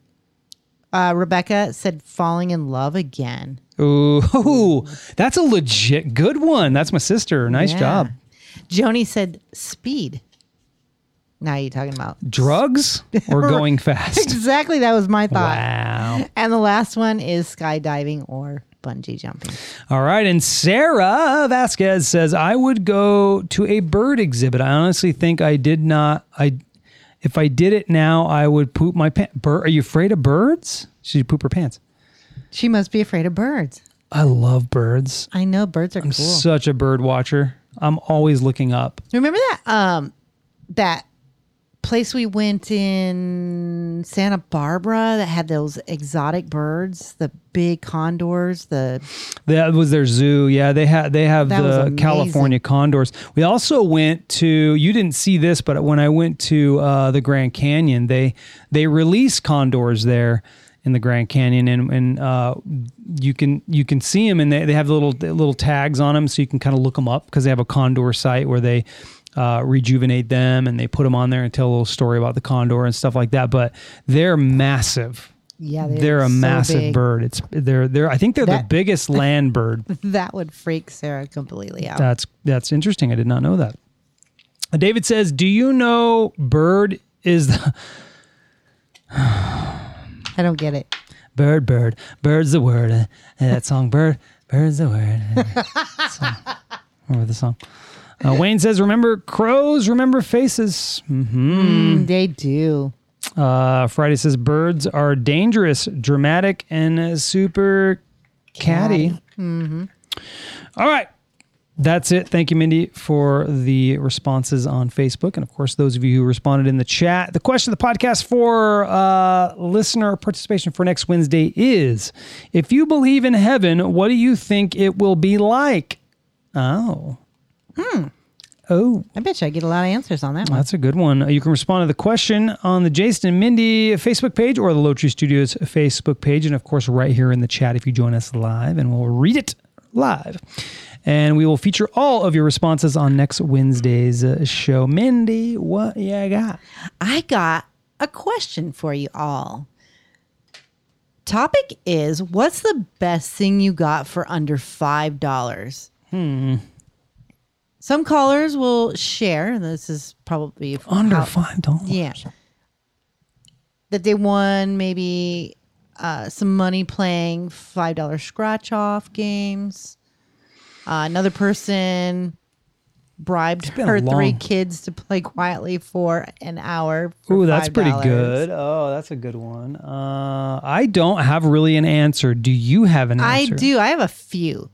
Speaker 2: Uh, Rebecca said falling in love again.
Speaker 1: Ooh, that's a legit good one. That's my sister. Nice
Speaker 2: Yeah.
Speaker 1: job.
Speaker 2: Joni said speed. Now you're talking about.
Speaker 1: Drugs or going fast?
Speaker 2: Exactly. That was my thought.
Speaker 1: wow.
Speaker 2: And the last one is skydiving or bungee jumping.
Speaker 1: All right. And Sarah Vasquez says, I would go to a bird exhibit. I honestly think I did not. I, if I did it now, I would poop my pants. Bird, are you afraid of birds? She'd poop her pants.
Speaker 2: She must be afraid of birds.
Speaker 1: I love birds.
Speaker 2: I know birds are cool.
Speaker 1: Such a bird watcher. I'm always looking up.
Speaker 2: Remember that um that place we went in Santa Barbara that had those exotic birds, the big condors, the
Speaker 1: That was their zoo. Yeah, they had they have
Speaker 2: That was
Speaker 1: the
Speaker 2: amazing.
Speaker 1: California condors. We also went to you didn't see this, but when I went to uh, the Grand Canyon, they they release condors there in the Grand Canyon, and and uh, you can you can see them, and they, they have little little tags on them, so you can kind of look them up because they have a condor site where they. Uh, rejuvenate them and they put them on there and tell a little story about the condor and stuff like that. But they're massive.
Speaker 2: yeah,
Speaker 1: They're,
Speaker 2: they're,
Speaker 1: a
Speaker 2: so
Speaker 1: massive
Speaker 2: big.
Speaker 1: bird. It's they're they're I think they're the
Speaker 2: That- Oh.
Speaker 1: biggest land bird
Speaker 2: That would freak Sarah completely out.
Speaker 1: that's that's interesting. I did not know that. Uh, David says, "Do you know bird is the
Speaker 2: I don't get it.
Speaker 1: bird bird bird's the word Uh, that song bird bird's the word." Uh, song. Remember the song. Uh, Wayne says, "Remember crows, remember faces." Mm.
Speaker 2: They do.
Speaker 1: Uh, Friday says, "Birds are dangerous, dramatic, and uh, super catty." All right, That's it. Thank you, Mindy, for the responses on Facebook. And of course, those of you who responded in the chat. The question of the podcast for uh, listener participation for next Wednesday is If you believe in heaven, what do you think it will be like? Oh. Oh.
Speaker 2: I bet you I get a lot of answers on that one.
Speaker 1: That's a good one. Uh, You can respond to the question on the Jason and Mindy Facebook page or the Low Tree Studios Facebook page. And of course, right here in the chat if you join us live, and we'll read it live. And we will feature all of your responses on next Wednesday's uh, show. Mindy, what you got?
Speaker 2: I got a question for you all. Topic is what's the best thing you got for under five dollars? Hmm. Some callers will share, and this is probably
Speaker 1: Under
Speaker 2: how-
Speaker 1: $5.
Speaker 2: Yeah. That they won maybe uh, some money playing five dollar scratch off games. Uh, another person bribed
Speaker 1: been a
Speaker 2: her three
Speaker 1: long-
Speaker 2: kids to play quietly for an hour. for
Speaker 1: Ooh, that's pretty
Speaker 2: $5.
Speaker 1: good. Oh, that's a good one. Uh, I don't have really an answer. Do you have an
Speaker 2: I
Speaker 1: answer?
Speaker 2: do. I have a few.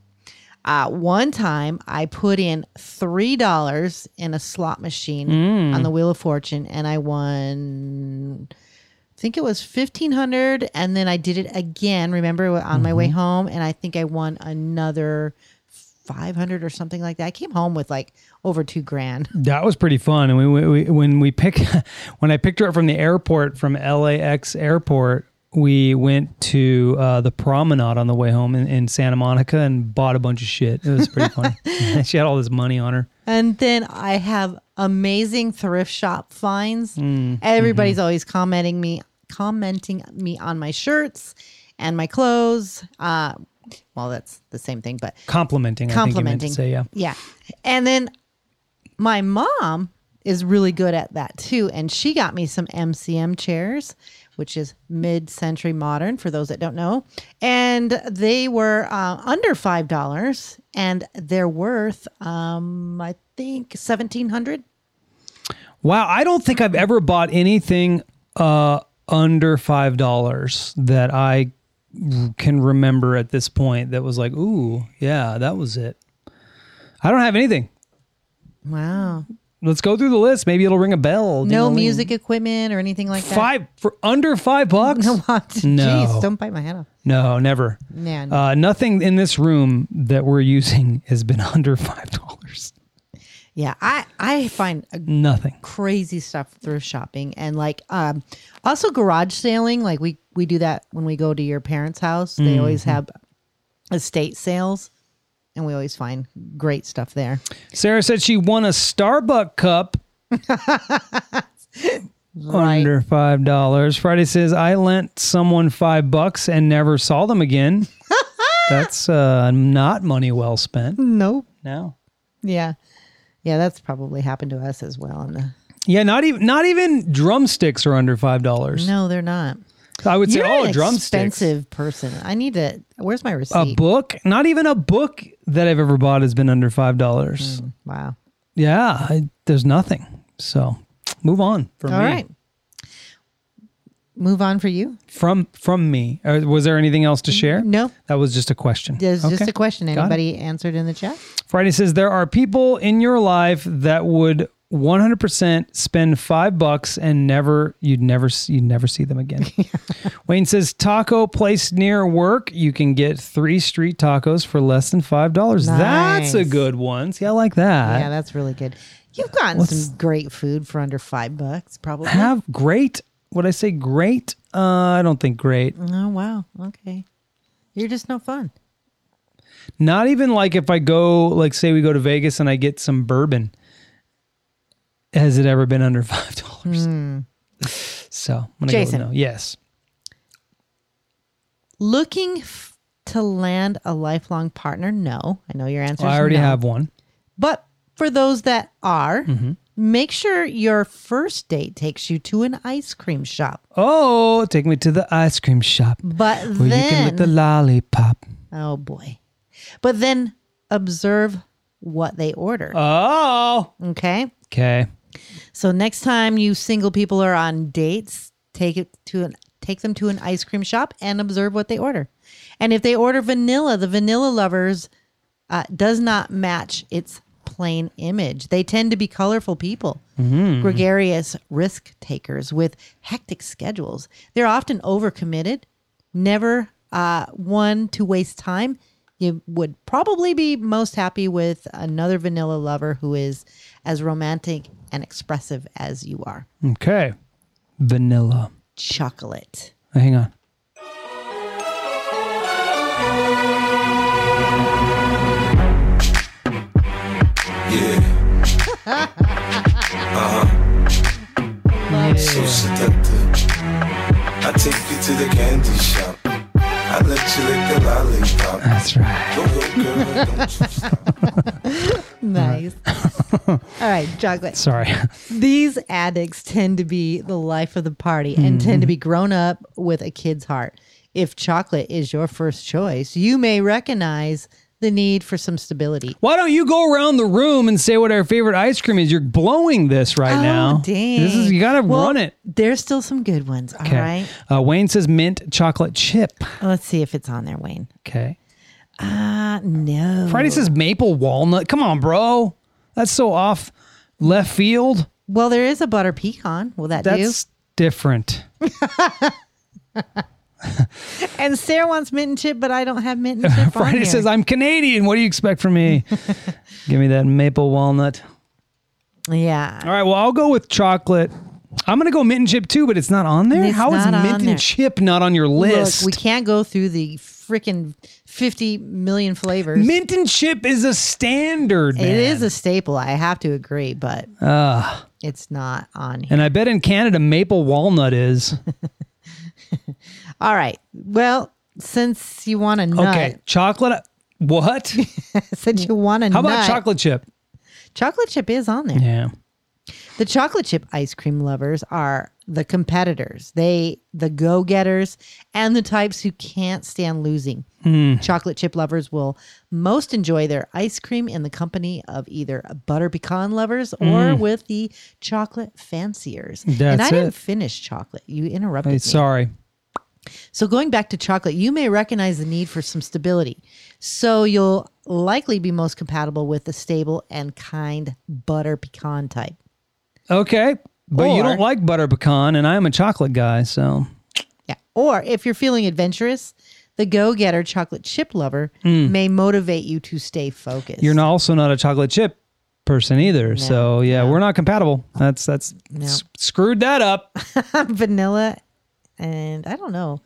Speaker 2: Uh, one time I put in three dollars in a slot machine
Speaker 1: Mm.
Speaker 2: on the Wheel of Fortune and I won I think it was fifteen hundred and then I did it again, remember on my way
Speaker 1: Mm-hmm.
Speaker 2: home, and I think I won another five hundred or something like that. I came home with like over two grand.
Speaker 1: That was pretty fun. And we, we, we when we pick when I picked her up from the airport from LAX airport, we went to uh, the promenade on the way home in, in Santa Monica and bought a bunch of shit. It was pretty funny. she had all this money on her.
Speaker 2: And then I have amazing thrift shop finds. Everybody's always commenting me, commenting me on my shirts and my clothes. Uh, well, that's the same thing, but
Speaker 1: Complimenting,
Speaker 2: complimenting.
Speaker 1: I think you meant to say,
Speaker 2: yeah. And then my mom is really good at that too, and she got me some MCM chairs, which is mid-century modern for those that don't know, and they were uh, under five dollars, and they're worth, um, I think, seventeen hundred.
Speaker 1: yeah. Wow, I don't think I've ever bought anything uh, under five dollars that I can remember at this point that was like, ooh, yeah, that was it. I don't have anything.
Speaker 2: Wow.
Speaker 1: Let's go through the list. Maybe it'll ring a bell.
Speaker 2: No
Speaker 1: Ding-a-ling.
Speaker 2: music equipment or anything like that.
Speaker 1: Five for under five bucks?
Speaker 2: No,
Speaker 1: No, No.
Speaker 2: Jeez, don't bite my head off.
Speaker 1: never.
Speaker 2: Man.
Speaker 1: Uh, nothing in this room that we're using has been under five dollars.
Speaker 2: yeah, I I find a
Speaker 1: Nothing.
Speaker 2: crazy stuff thrift shopping and like um also garage sailing like we we do that when we go to your parents house they
Speaker 1: Mm-hmm.
Speaker 2: always have estate sales and we always find great stuff there
Speaker 1: Sarah said she won a Starbucks cup under five dollars. Friday says I lent someone five bucks and never saw them again. That's uh, not money well spent.
Speaker 2: nope
Speaker 1: No.
Speaker 2: yeah yeah that's probably happened to us as well and uh,
Speaker 1: Yeah, not even not even drumsticks are under five dollars.
Speaker 2: no they're not
Speaker 1: I would say,
Speaker 2: You're
Speaker 1: oh,
Speaker 2: an
Speaker 1: drumsticks.
Speaker 2: expensive person i need to where's my
Speaker 1: a
Speaker 2: receipt
Speaker 1: book not even a book that i've ever bought has been under five dollars
Speaker 2: Hmm. wow
Speaker 1: yeah I, there's nothing so move on from
Speaker 2: All right,
Speaker 1: me
Speaker 2: move on for you
Speaker 1: from from me Uh, was there anything else to share
Speaker 2: no
Speaker 1: that was just a question
Speaker 2: there's
Speaker 1: Okay.
Speaker 2: just a question
Speaker 1: Got it.
Speaker 2: anybody answered in the chat
Speaker 1: friday says there are people in your life that would 100% spend five bucks and never you'd never s- you'd never see them again wayne says taco place near work you can get three street tacos for less than five dollars that's a
Speaker 2: Nice.
Speaker 1: good one see i like that
Speaker 2: Yeah, that's really good. You've gotten some great food for under five bucks, probably.
Speaker 1: have great would i say great uh i don't think great
Speaker 2: oh wow, okay. You're just no fun.
Speaker 1: not even like if i go like say we go to vegas and i get some bourbon has it ever been under five dollars so i'm gonna
Speaker 2: Hmm. Jason.
Speaker 1: go with no yes
Speaker 2: Looking f- to land a lifelong partner? No, I know your answer.
Speaker 1: i already have Mm-hmm. one
Speaker 2: But for those that are, make sure your first date takes you to an ice cream shop.
Speaker 1: oh take me to the ice cream shop
Speaker 2: But
Speaker 1: where you can
Speaker 2: then,
Speaker 1: lick the lollipop
Speaker 2: oh boy, but then observe what they order.
Speaker 1: oh
Speaker 2: okay.
Speaker 1: okay
Speaker 2: So next time you single people are on dates, take it to an take them to an ice cream shop and observe what they order. And if they order vanilla, the vanilla lovers uh, does not match its plain image. They tend to be colorful people, gregarious risk takers with hectic schedules. They're often overcommitted, never uh, one to waste time. You would probably be most happy with another vanilla lover who is as romantic and expressive as you are.
Speaker 1: Okay. Vanilla.
Speaker 2: Chocolate.
Speaker 1: Hang on.
Speaker 4: Yeah. uh-huh. So seductive. I take you to the candy shop. I let you lick the lollipop.
Speaker 1: That's right.
Speaker 4: Go, go, girl, don't you
Speaker 2: Nice. All right, chocolate.
Speaker 1: Sorry.
Speaker 2: These addicts tend to be the life of the party and
Speaker 1: Mm-hmm.
Speaker 2: tend to be grown up with a kid's heart. If chocolate is your first choice, you may recognize the need for some stability.
Speaker 1: Why don't you go around the room and say what our favorite ice cream is? You're blowing this right now.
Speaker 2: Oh, dang.
Speaker 1: This is you gotta
Speaker 2: Well,
Speaker 1: run it.
Speaker 2: There's still some good ones. All right.
Speaker 1: Uh, Wayne says mint chocolate chip.
Speaker 2: Let's see if it's on there, Wayne.
Speaker 1: Okay.
Speaker 2: Ah, no.
Speaker 1: Friday says maple walnut. Come on, bro. That's so off left field.
Speaker 2: Well, there is a butter pecan. Will that
Speaker 1: That's different.
Speaker 2: do? And Sarah wants mint and chip, but I don't have mint and chip. on
Speaker 1: Friday
Speaker 2: here.
Speaker 1: says, I'm Canadian. What do you expect from me? Give me that maple walnut.
Speaker 2: yeah.
Speaker 1: All right. Well, I'll go with chocolate. I'm going to go mint and chip too, but it's not on there.
Speaker 2: It's
Speaker 1: How is
Speaker 2: not on
Speaker 1: mint
Speaker 2: there.
Speaker 1: and chip not on your list?
Speaker 2: Look, we can't go through the freaking 50 million flavors.
Speaker 1: mint and chip is a standard.
Speaker 2: It
Speaker 1: man.
Speaker 2: is a staple. I have to agree, but it's not on here.
Speaker 1: And I bet in Canada, maple walnut is.
Speaker 2: All right. Well, since you want a nut,
Speaker 1: Okay. Chocolate. What?
Speaker 2: since you want a
Speaker 1: How
Speaker 2: nut,
Speaker 1: about chocolate chip?
Speaker 2: chocolate chip is on there.
Speaker 1: Yeah.
Speaker 2: The chocolate chip ice cream lovers are the competitors. They the go-getters and the types who can't stand losing.
Speaker 1: Hmm.
Speaker 2: Chocolate chip lovers will most enjoy their ice cream in the company of either butter pecan lovers or with the chocolate fanciers. and I
Speaker 1: Hmm. That's
Speaker 2: didn't
Speaker 1: it.
Speaker 2: finish chocolate. You interrupted
Speaker 1: Hey,
Speaker 2: me.
Speaker 1: sorry.
Speaker 2: So going back to chocolate, you may recognize the need for some stability. So you'll likely be most compatible with the stable and kind butter pecan type.
Speaker 1: Okay. But you
Speaker 2: Or-
Speaker 1: don't like butter pecan, and I am a chocolate guy, so
Speaker 2: Yeah. Or if you're feeling adventurous, the go-getter chocolate chip lover may motivate you to stay focused.
Speaker 1: Hmm. you're not also not a chocolate chip person either. so yeah, we're not compatible. That's that's s- screwed that up.
Speaker 2: vanilla and I don't know.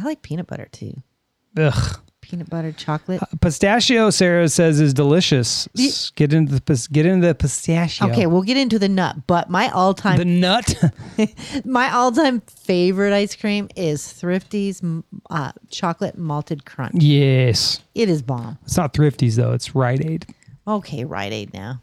Speaker 2: I like peanut butter too.
Speaker 1: Ugh.
Speaker 2: Peanut butter chocolate.
Speaker 1: Uh, Pistachio, Sarah says, is delicious. S- Get into the pis- get into the pistachio.
Speaker 2: Okay, we'll get into the nut, but my all-time
Speaker 1: the nut.
Speaker 2: my all-time favorite ice cream is Thrifty's m- uh, chocolate malted crunch.
Speaker 1: yes,
Speaker 2: It is bomb.
Speaker 1: it's not Thrifty's though. It's Rite Aid.
Speaker 2: Okay, Rite Aid now.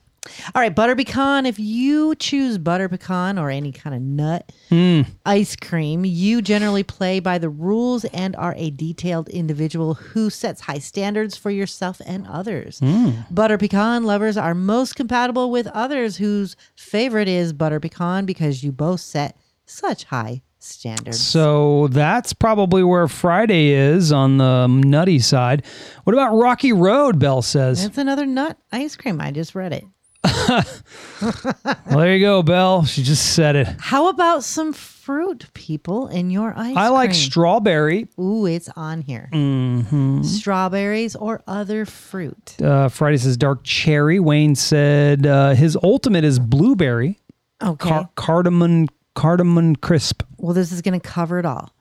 Speaker 2: All right, butter pecan. If you choose butter pecan or any kind of nut
Speaker 1: Hmm.
Speaker 2: ice cream, you generally play by the rules and are a detailed individual who sets high standards for yourself and others.
Speaker 1: Hmm.
Speaker 2: Butter pecan lovers are most compatible with others whose favorite is butter pecan because you both set such high standards.
Speaker 1: So that's probably where Friday is on the nutty side. What about Rocky Road? Bell says.
Speaker 2: That's another nut ice cream. I just read it.
Speaker 1: well, there you go, Bell. She just said it.
Speaker 2: How about some fruit, people, in your ice
Speaker 1: I like
Speaker 2: cream?
Speaker 1: strawberry.
Speaker 2: Ooh, it's on here. Strawberries or other fruit.
Speaker 1: Uh, Friday says dark cherry. Wayne said uh, his ultimate is blueberry,
Speaker 2: Okay.
Speaker 1: car- cardamom, cardamom crisp.
Speaker 2: well, this is going to cover it all.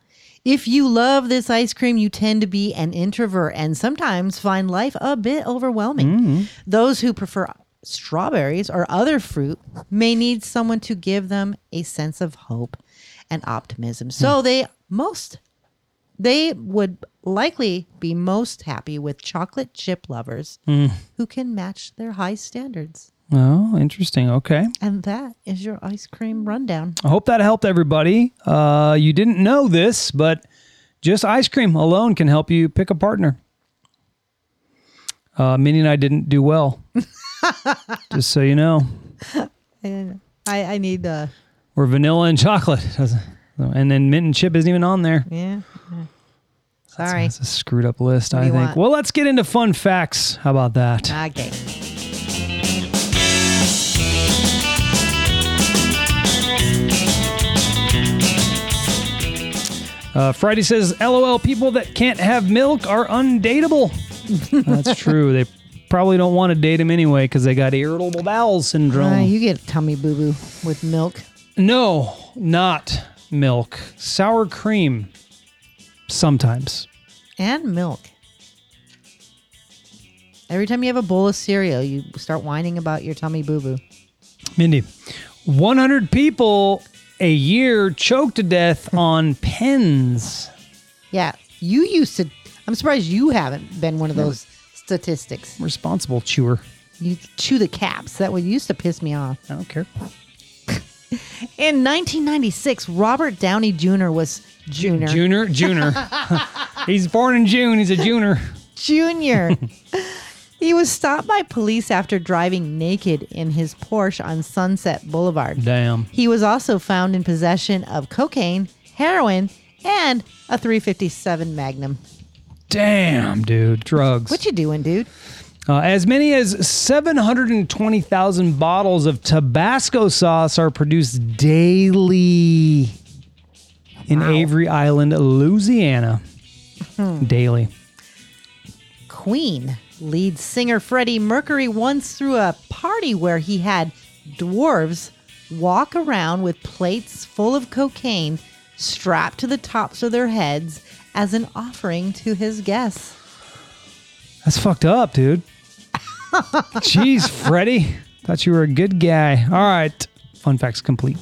Speaker 2: If you love this ice cream, you tend to be an introvert and sometimes find life a bit overwhelming. Those who prefer strawberries or other fruit may need someone to give them a sense of hope and optimism. So they most they would likely be most happy with chocolate chip lovers who can match their high standards.
Speaker 1: Oh, interesting. Okay.
Speaker 2: And that is your ice cream rundown.
Speaker 1: I hope that helped everybody. Uh, you didn't know this, but just ice cream alone can help you pick a partner. Uh, Minnie and I didn't do well. just so you know,
Speaker 2: And I, I need the
Speaker 1: we're vanilla and chocolate. And then mint and chip isn't even on there.
Speaker 2: yeah. Sorry.
Speaker 1: That's a screwed up list, I
Speaker 2: you
Speaker 1: think.
Speaker 2: want?
Speaker 1: Well, let's get into fun facts. How about that?
Speaker 2: Okay.
Speaker 1: Uh, Friday says, LOL, people that can't have milk are undateable. That's true. They probably don't want to date them anyway because they got irritable bowel syndrome.
Speaker 2: Uh, you get tummy boo boo with milk.
Speaker 1: no, not milk. Sour cream. Sometimes.
Speaker 2: and milk. Every time you have a bowl of cereal, you start whining about your tummy boo boo.
Speaker 1: Mindy, 100 people a year choke to death on pens.
Speaker 2: Yeah, you used to. I'm surprised you haven't been one of those statistics.
Speaker 1: Responsible chewer.
Speaker 2: You chew the caps. That would used to piss me off.
Speaker 1: I don't care.
Speaker 2: In 1996, Robert Downey Jr. was Junior.
Speaker 1: Junior, Junior. He's born in June. He's a junior.
Speaker 2: Junior. he was stopped by police after driving naked in his Porsche on Sunset Boulevard.
Speaker 1: Damn.
Speaker 2: He was also found in possession of cocaine, heroin, and a 357 Magnum.
Speaker 1: Damn, dude. Drugs.
Speaker 2: What you doing, dude?
Speaker 1: Uh, as many as 720,000 bottles of Tabasco sauce are produced daily in Avery Island, Louisiana. daily.
Speaker 2: Queen lead singer Freddie Mercury once threw a party where he had dwarves walk around with plates full of cocaine strapped to the tops of their heads as an offering to his guests.
Speaker 1: That's fucked up, dude. Jeez, Freddie. Thought you were a good guy. All right. Fun facts complete.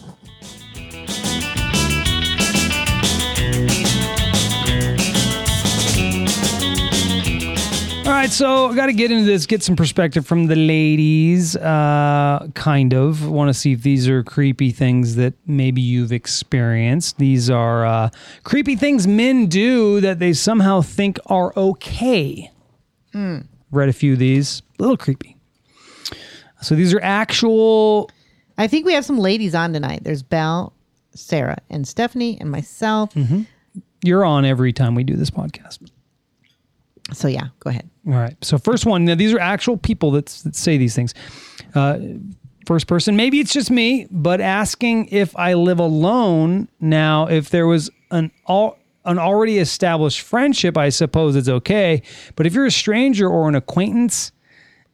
Speaker 1: All right, so I got to get into this, get some perspective from the ladies, uh, kind of. Want to see if these are creepy things that maybe you've experienced. These are uh, creepy things men do that they somehow think are okay. Read a few of these, a little creepy. So these are actual.
Speaker 2: I think we have some ladies on tonight. There's Belle, Sarah, and Stephanie, and myself.
Speaker 1: Mm-hmm. You're on every time we do this podcast.
Speaker 2: So, yeah, go ahead.
Speaker 1: All right. So first one. Now these are actual people that, s- that say these things. Uh, first person. Maybe it's just me, but asking if I live alone now. If there was an all an already established friendship, I suppose it's okay. But if you're a stranger or an acquaintance,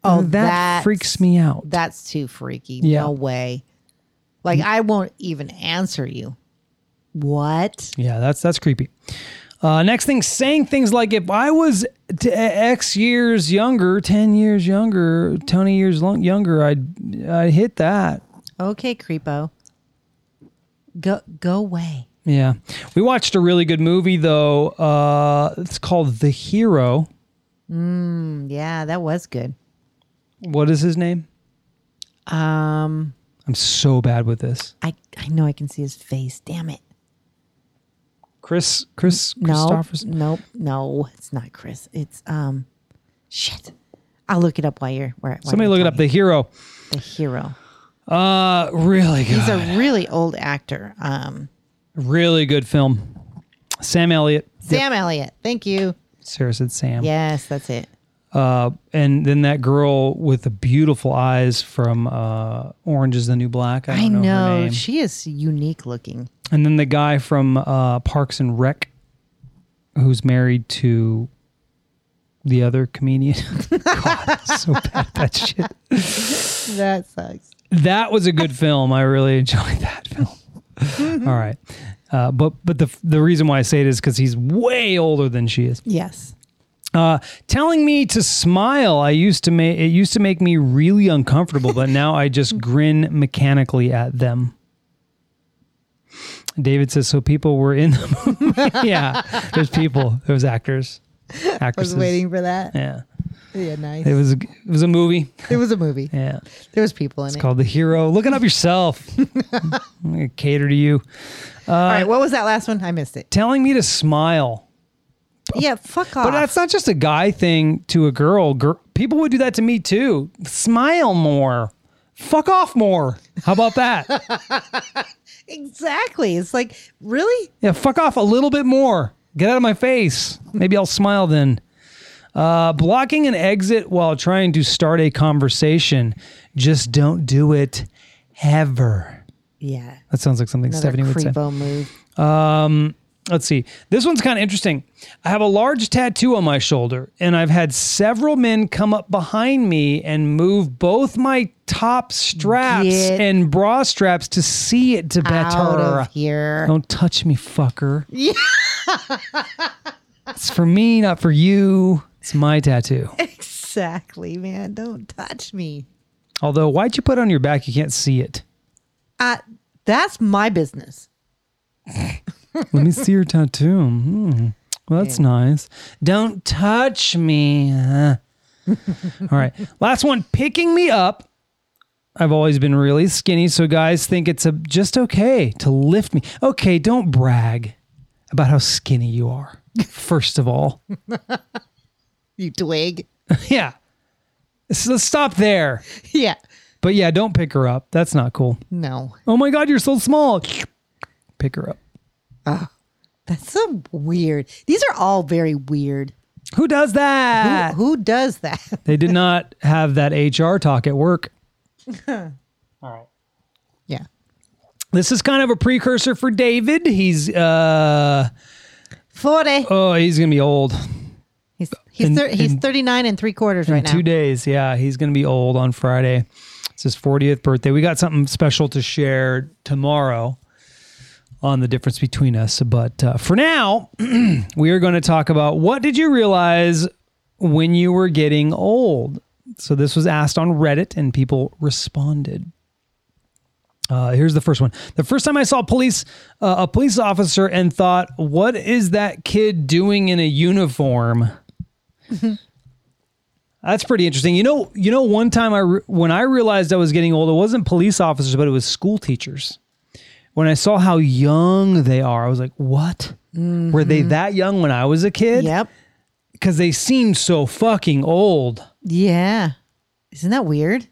Speaker 1: oh, that
Speaker 2: that's-
Speaker 1: freaks me out.
Speaker 2: That's too freaky.
Speaker 1: Yeah. Mm.
Speaker 2: No way. Like, I won't even answer you. What?
Speaker 1: Yeah, that's that's creepy. Uh, next thing, saying things like if I was t- X years younger, ten years younger, twenty years long, younger, I'd I'd hit that.
Speaker 2: Okay, creepo. Go go away.
Speaker 1: Yeah, we watched a really good movie though. Uh, it's called The Hero.
Speaker 2: Yeah, that was good.
Speaker 1: What is his name?
Speaker 2: Um,
Speaker 1: I'm so bad with this.
Speaker 2: I I know I can see his face. Damn it.
Speaker 1: Chris Chris
Speaker 2: No,
Speaker 1: Christopherson.
Speaker 2: nope, no, it's not Chris. It's um, shit. I'll look it up while you're. Where, while
Speaker 1: Somebody
Speaker 2: you're
Speaker 1: look it up. The
Speaker 2: talking.
Speaker 1: Hero.
Speaker 2: The hero.
Speaker 1: Uh, really good.
Speaker 2: He's a really old actor. Um,
Speaker 1: really good film. Sam Elliott.
Speaker 2: Sam Elliott. Thank you.
Speaker 1: Sarah said Sam.
Speaker 2: Yes, that's it.
Speaker 1: Uh, and then that girl with the beautiful eyes from uh, Orange is the New Black. I
Speaker 2: I
Speaker 1: don't know, her
Speaker 2: know
Speaker 1: name.
Speaker 2: she is unique looking.
Speaker 1: and then the guy from uh, Parks and Rec, who's married to the other comedian. God, so bad at that shit.
Speaker 2: That sucks.
Speaker 1: That was a good film. I really enjoyed that film. All right, uh, but but the the reason why I say it is because he's way older than she is.
Speaker 2: Yes.
Speaker 1: Uh, telling me to smile, I used to make it used to make me really uncomfortable, but now I just grin mechanically at them. David says, "So people were in the movie." yeah, there's people, there was actors, actresses.
Speaker 2: for that.
Speaker 1: Yeah,
Speaker 2: Yeah, nice.
Speaker 1: it was it was a movie.
Speaker 2: It was a movie.
Speaker 1: Yeah,
Speaker 2: There was people in it.
Speaker 1: called The Hero. Look it up yourself. I'm gonna cater to you.
Speaker 2: All right, what was that last one? I missed it.
Speaker 1: Telling me to smile.
Speaker 2: Yeah, fuck off.
Speaker 1: But that's not just a guy thing to a girl. Gir- people would do that to me too. Smile more. Fuck off more. How about that?
Speaker 2: exactly. It's like, really?
Speaker 1: yeah, fuck off a little bit more. Get out of my face. Maybe I'll smile then. Uh, blocking an exit while trying to start a conversation. Just don't do it ever.
Speaker 2: Yeah.
Speaker 1: That sounds like something
Speaker 2: Another
Speaker 1: Stephanie would say.
Speaker 2: creepo move.
Speaker 1: Let's see. This one's kind of interesting. I have a large tattoo on my shoulder, and I've had several men come up behind me and move both my top straps
Speaker 2: Get
Speaker 1: and bra straps to see it to
Speaker 2: Out
Speaker 1: better.
Speaker 2: of here.
Speaker 1: Don't touch me, fucker. it's for me, not for you. It's my tattoo.
Speaker 2: Exactly, man. Don't touch me.
Speaker 1: Although, why'd you put it on your back? You can't see it.
Speaker 2: Uh, that's my business.
Speaker 1: Let me see your tattoo. Hmm. Well, that's nice. Don't touch me. Uh. All right. Last one picking me up. I've always been really skinny, so guys think it's a, just okay to lift me. Okay, don't brag about how skinny you are, first of all.
Speaker 2: You twig.
Speaker 1: yeah. So let's stop there.
Speaker 2: Yeah.
Speaker 1: But yeah, don't pick her up. That's not cool.
Speaker 2: No.
Speaker 1: Oh my God, you're so small. Pick her up.
Speaker 2: That's so weird. These are all very weird.
Speaker 1: Who does
Speaker 2: Who,
Speaker 1: that?
Speaker 2: who does that?
Speaker 1: They did not have that HR talk at work.
Speaker 2: yeah.
Speaker 1: This is kind of a precursor for David. He's uh
Speaker 2: Forty.
Speaker 1: oh, he's gonna be old
Speaker 2: He's he's,
Speaker 1: in-
Speaker 2: thir- he's
Speaker 1: in-
Speaker 2: 39 and three quarters
Speaker 1: in
Speaker 2: right now.
Speaker 1: two days. Yeah, he's gonna be old on Friday. It's his 40th birthday. We got something special to share tomorrow on the difference between us. But uh, for now, we are going to talk about what did you realize when you were getting old? So this was asked on Reddit and people responded. Uh, here's the first one. The first time I saw police, uh, a police officer, and thought, "What is that kid doing in a uniform?" That's pretty interesting. You know, you know, one time I re- when I realized I was getting old, it wasn't police officers, but it was school teachers. When I saw how young they are, I was like, "What? Were they that young when I was a kid?"
Speaker 2: Yep.
Speaker 1: because they seemed so fucking old.
Speaker 2: Yeah. Isn't that weird?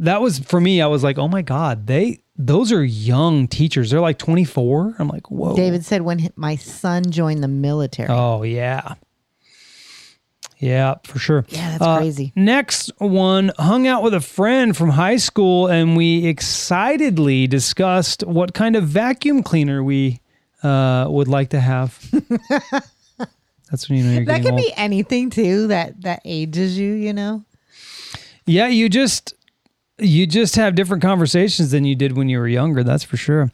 Speaker 1: That was for me. I was like, "Oh my god, they those are young teachers. They're like 24." I'm like, "Whoa."
Speaker 2: David said when hi- my son joined the military.
Speaker 1: Oh yeah. Yeah, for sure. Uh,
Speaker 2: Yeah, that's crazy.
Speaker 1: Next one hung out with a friend from high school and we excitedly discussed what kind of vacuum cleaner we uh, would like to have. That's when you know you're getting
Speaker 2: that could
Speaker 1: old.
Speaker 2: be anything too that that ages you, you know.
Speaker 1: Yeah, you just you just have different conversations than you did when you were younger. That's for sure.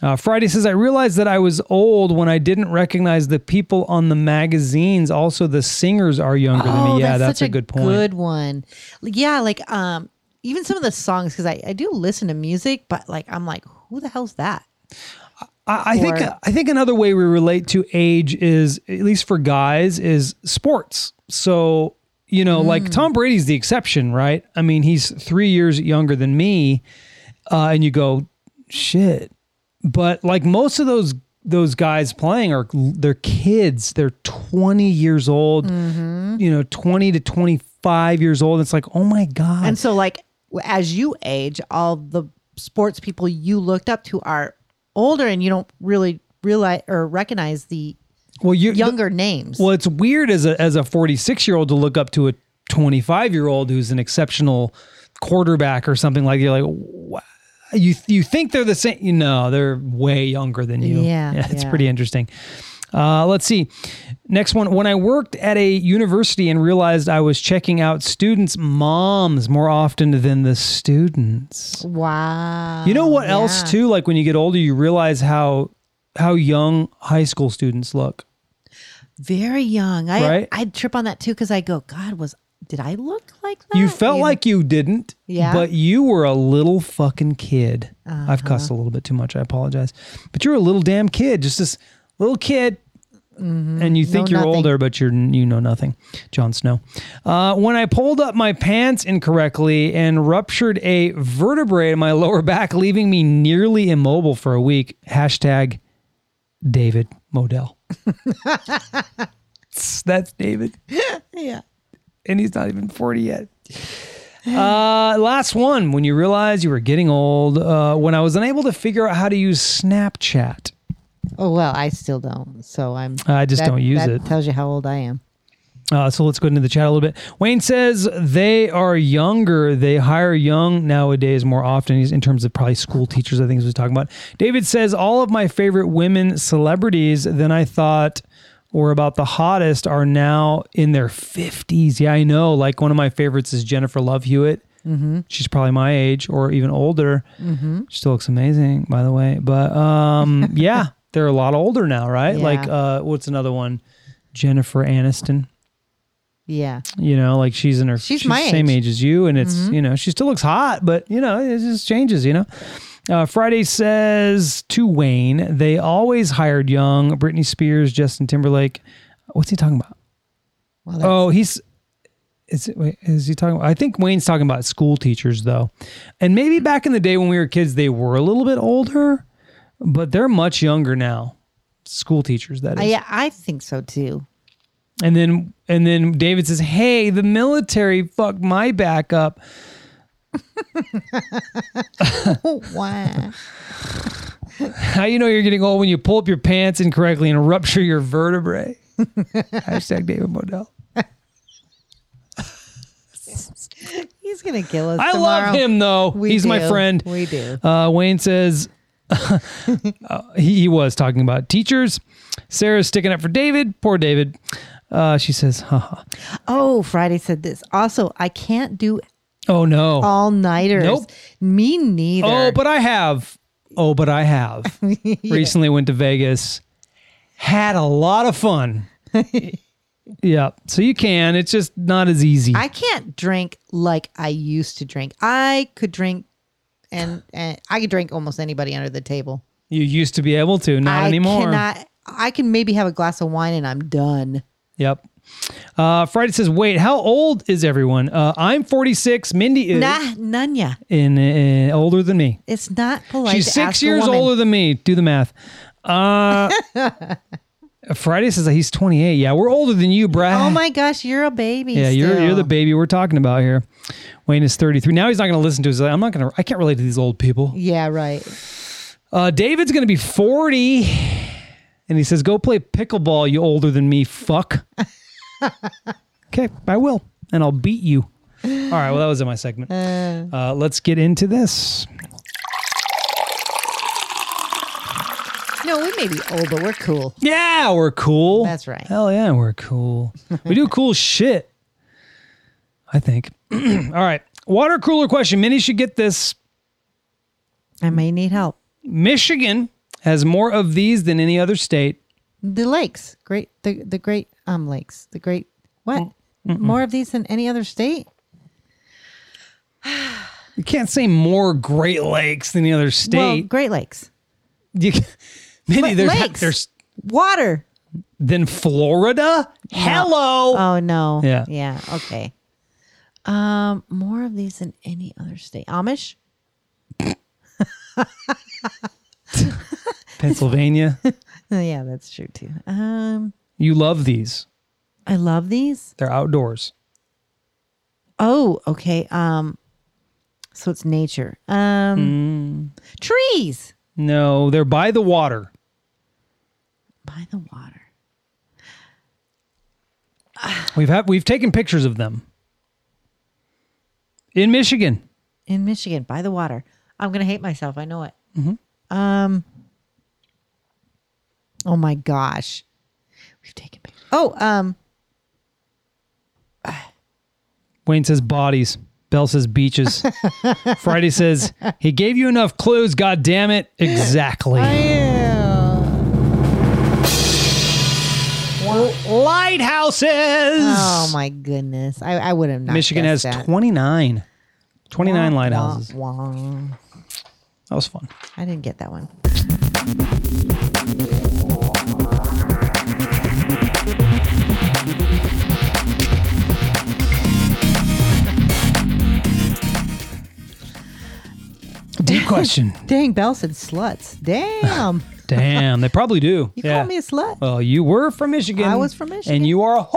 Speaker 1: Uh, Friday says, I realized that I was old when I didn't recognize the people on the magazines. Also, the singers are younger than me. Yeah, Oh, that's,
Speaker 2: Oh, such
Speaker 1: a good point.
Speaker 2: Good one. Yeah, like um, even some of the songs because I, I do listen to music, but like I'm like, who the hell's that?
Speaker 1: I, I think
Speaker 2: Or-
Speaker 1: I think another way we relate to age is at least for guys is sports. So you know,
Speaker 2: Mm.
Speaker 1: like Tom Brady's the exception, right? I mean, he's three years younger than me, uh, and you go, shit. But like most of those those guys playing are they're kids. They're twenty years old,
Speaker 2: Mm-hmm.
Speaker 1: you know, twenty to twenty five years old. It's like, oh my god,
Speaker 2: And so like w- as you age, all the sports people you looked up to are older, and you don't really realize or recognize the
Speaker 1: well, you
Speaker 2: younger names.
Speaker 1: Well, it's weird as a as a 46 year old to look up to a 25 year old who's an exceptional quarterback or something like you're like "Wha- you you think they're the same you know they're way younger than you
Speaker 2: Yeah,
Speaker 1: it's
Speaker 2: yeah.
Speaker 1: pretty interesting uh, let's see next one when i worked at a university and realized i was checking out students moms more often than the students
Speaker 2: wow.
Speaker 1: you know what else
Speaker 2: Oh, yeah.
Speaker 1: too like when you get older you realize how how young high school students look
Speaker 2: Very young. I
Speaker 1: Right?
Speaker 2: I'd trip on that too because I go, God, was did I look like that?
Speaker 1: You felt
Speaker 2: know?
Speaker 1: like you didn't,
Speaker 2: Yeah. Uh-huh.
Speaker 1: but you were a little fucking kid. I've cussed a little bit too much. I apologize. But you're a little damn kid, just this little kid. And you think
Speaker 2: Mm-hmm. Know
Speaker 1: you're
Speaker 2: nothing.
Speaker 1: older, but you're you know nothing, Jon Snow. Uh, when I pulled up my pants incorrectly and ruptured a vertebrae in my lower back, leaving me nearly immobile for a week. Hashtag David Modell. That's David
Speaker 2: yeah.
Speaker 1: and he's not even 40 yet. Uh, last one. When you realize you were getting old, uh, when I was unable to figure out how to use Snapchat,
Speaker 2: Oh well, I still don't. So I'm.
Speaker 1: I just
Speaker 2: that-
Speaker 1: don't use
Speaker 2: that
Speaker 1: it.
Speaker 2: Tells you how old I am.
Speaker 1: Uh, so let's go into the chat a little bit. Wayne says they are younger. They hire young nowadays more often He's in terms of probably school teachers, I think is what he's talking about. David says all of my favorite women celebrities than I thought were about the hottest are now in their 50s. Yeah, I know. Like one of my favorites is Jennifer Love Hewitt. She's probably my age or even older. She still looks amazing, by the way. But um, yeah, they're a lot older now, right?
Speaker 2: Yeah.
Speaker 1: Like uh, what's another one? Jennifer Aniston
Speaker 2: Yeah.
Speaker 1: you know like she's in her
Speaker 2: She's my
Speaker 1: same
Speaker 2: age. Mm-hmm.
Speaker 1: age as you and it's you know she still looks hot but you know it just changes you know uh, friday says to wayne they always hired young britney spears justin timberlake what's he talking about
Speaker 2: Well, that's-
Speaker 1: oh he's is, it, wait, is he talking i think wayne's talking about school teachers though and maybe back in the day when we were kids they were a little bit older but they're much younger now school teachers that is
Speaker 2: I, I think so too.
Speaker 1: and then and then David says, "Hey, the military fucked my back up."
Speaker 2: Wow.
Speaker 1: How you know you're getting old when you pull up your pants incorrectly and rupture your vertebrae? Hashtag David Modell.
Speaker 2: He's gonna kill us.
Speaker 1: I
Speaker 2: tomorrow.
Speaker 1: love him though.
Speaker 2: We
Speaker 1: He's my
Speaker 2: do.
Speaker 1: friend.
Speaker 2: We do.
Speaker 1: Uh, Wayne says uh, he, he was talking about teachers. Sarah's sticking up for David. Poor David. Uh, she says, haha.
Speaker 2: Oh, Friday said this. Also, I can't do
Speaker 1: "Oh no."
Speaker 2: all nighters.
Speaker 1: Nope.
Speaker 2: Me neither.
Speaker 1: Oh, but I have. Oh, but I have. Recently went to Vegas. Had a lot of fun. yeah. So you can. It's just not as easy.
Speaker 2: I can't drink like I used to drink. I could drink, and, and I could drink almost anybody under the table.
Speaker 1: you used to be able to, not
Speaker 2: I
Speaker 1: anymore.
Speaker 2: Cannot, I can maybe have a glass of wine and I'm done.
Speaker 1: Yep. Uh, Friday says, wait, how old is everyone? Uh, I'm 46. Mindy is
Speaker 2: Nah, none ya.
Speaker 1: in, in- older than me.
Speaker 2: It's not polite.
Speaker 1: She's
Speaker 2: to
Speaker 1: six
Speaker 2: ask a
Speaker 1: years
Speaker 2: woman.
Speaker 1: older than me. Do the math. Uh, Friday says that he's 28. Yeah, we're older than you, Brad.
Speaker 2: Oh my gosh, you're a baby.
Speaker 1: Yeah, you're you're
Speaker 2: still.
Speaker 1: the baby we're talking about here. Wayne is 33. Now he's not going to listen to us. I'm not going to. I can't relate to these old people.
Speaker 2: Yeah, right.
Speaker 1: Uh, David's going to be 40, and he says, "Go play pickleball, you older than me, fuck." okay, I will, and I'll beat you. All right. Well, that was in my segment. Uh, let's get into this.
Speaker 2: No, we may be old, but we're cool.
Speaker 1: Yeah, we're cool.
Speaker 2: That's right.
Speaker 1: Hell yeah, we're cool. We do cool shit. I think. All right. Water cooler question. Minnie should get this.
Speaker 2: I may need help.
Speaker 1: Michigan has more of these than any other state.
Speaker 2: The lakes, great. The the great um lakes, the great what? More of these than any other state?
Speaker 1: You can't say more Great Lakes than any other
Speaker 2: Well,
Speaker 1: state.
Speaker 2: Great Lakes,
Speaker 1: you, maybe
Speaker 2: But
Speaker 1: there's,
Speaker 2: lakes.
Speaker 1: there's
Speaker 2: water.
Speaker 1: then Florida. Hello.
Speaker 2: Oh no.
Speaker 1: Yeah.
Speaker 2: Yeah. Okay. Um, more of these than any other state. Amish.
Speaker 1: Pennsylvania.
Speaker 2: Oh, yeah, that's true too. Um,
Speaker 1: you love these.
Speaker 2: I love these.
Speaker 1: They're outdoors.
Speaker 2: Oh, okay. Um, so it's nature. Um, trees
Speaker 1: No, they're by the water.
Speaker 2: by the water.
Speaker 1: We've had we've taken pictures of them. In Michigan.
Speaker 2: in Michigan by the water. I'm gonna hate myself. I know it.
Speaker 1: Mm-hmm.
Speaker 2: Um. Oh my gosh, we've taken. pic- Oh, um,
Speaker 1: Wayne says bodies. Bell says beaches. Friday says he gave you enough clues. God damn it! Exactly. Lighthouses.
Speaker 2: oh my goodness, I, I would have not.
Speaker 1: Michigan has
Speaker 2: guessed that.
Speaker 1: 29. 29
Speaker 2: Wah,
Speaker 1: lighthouses.
Speaker 2: wah, wah.
Speaker 1: That was fun.
Speaker 2: I didn't get that one.
Speaker 1: Deep question.
Speaker 2: Dang, Bell said sluts. Damn,
Speaker 1: Damn, they probably do.
Speaker 2: you
Speaker 1: yeah.
Speaker 2: call me a slut?
Speaker 1: well, you were from Michigan.
Speaker 2: I was from Michigan.
Speaker 1: And you are a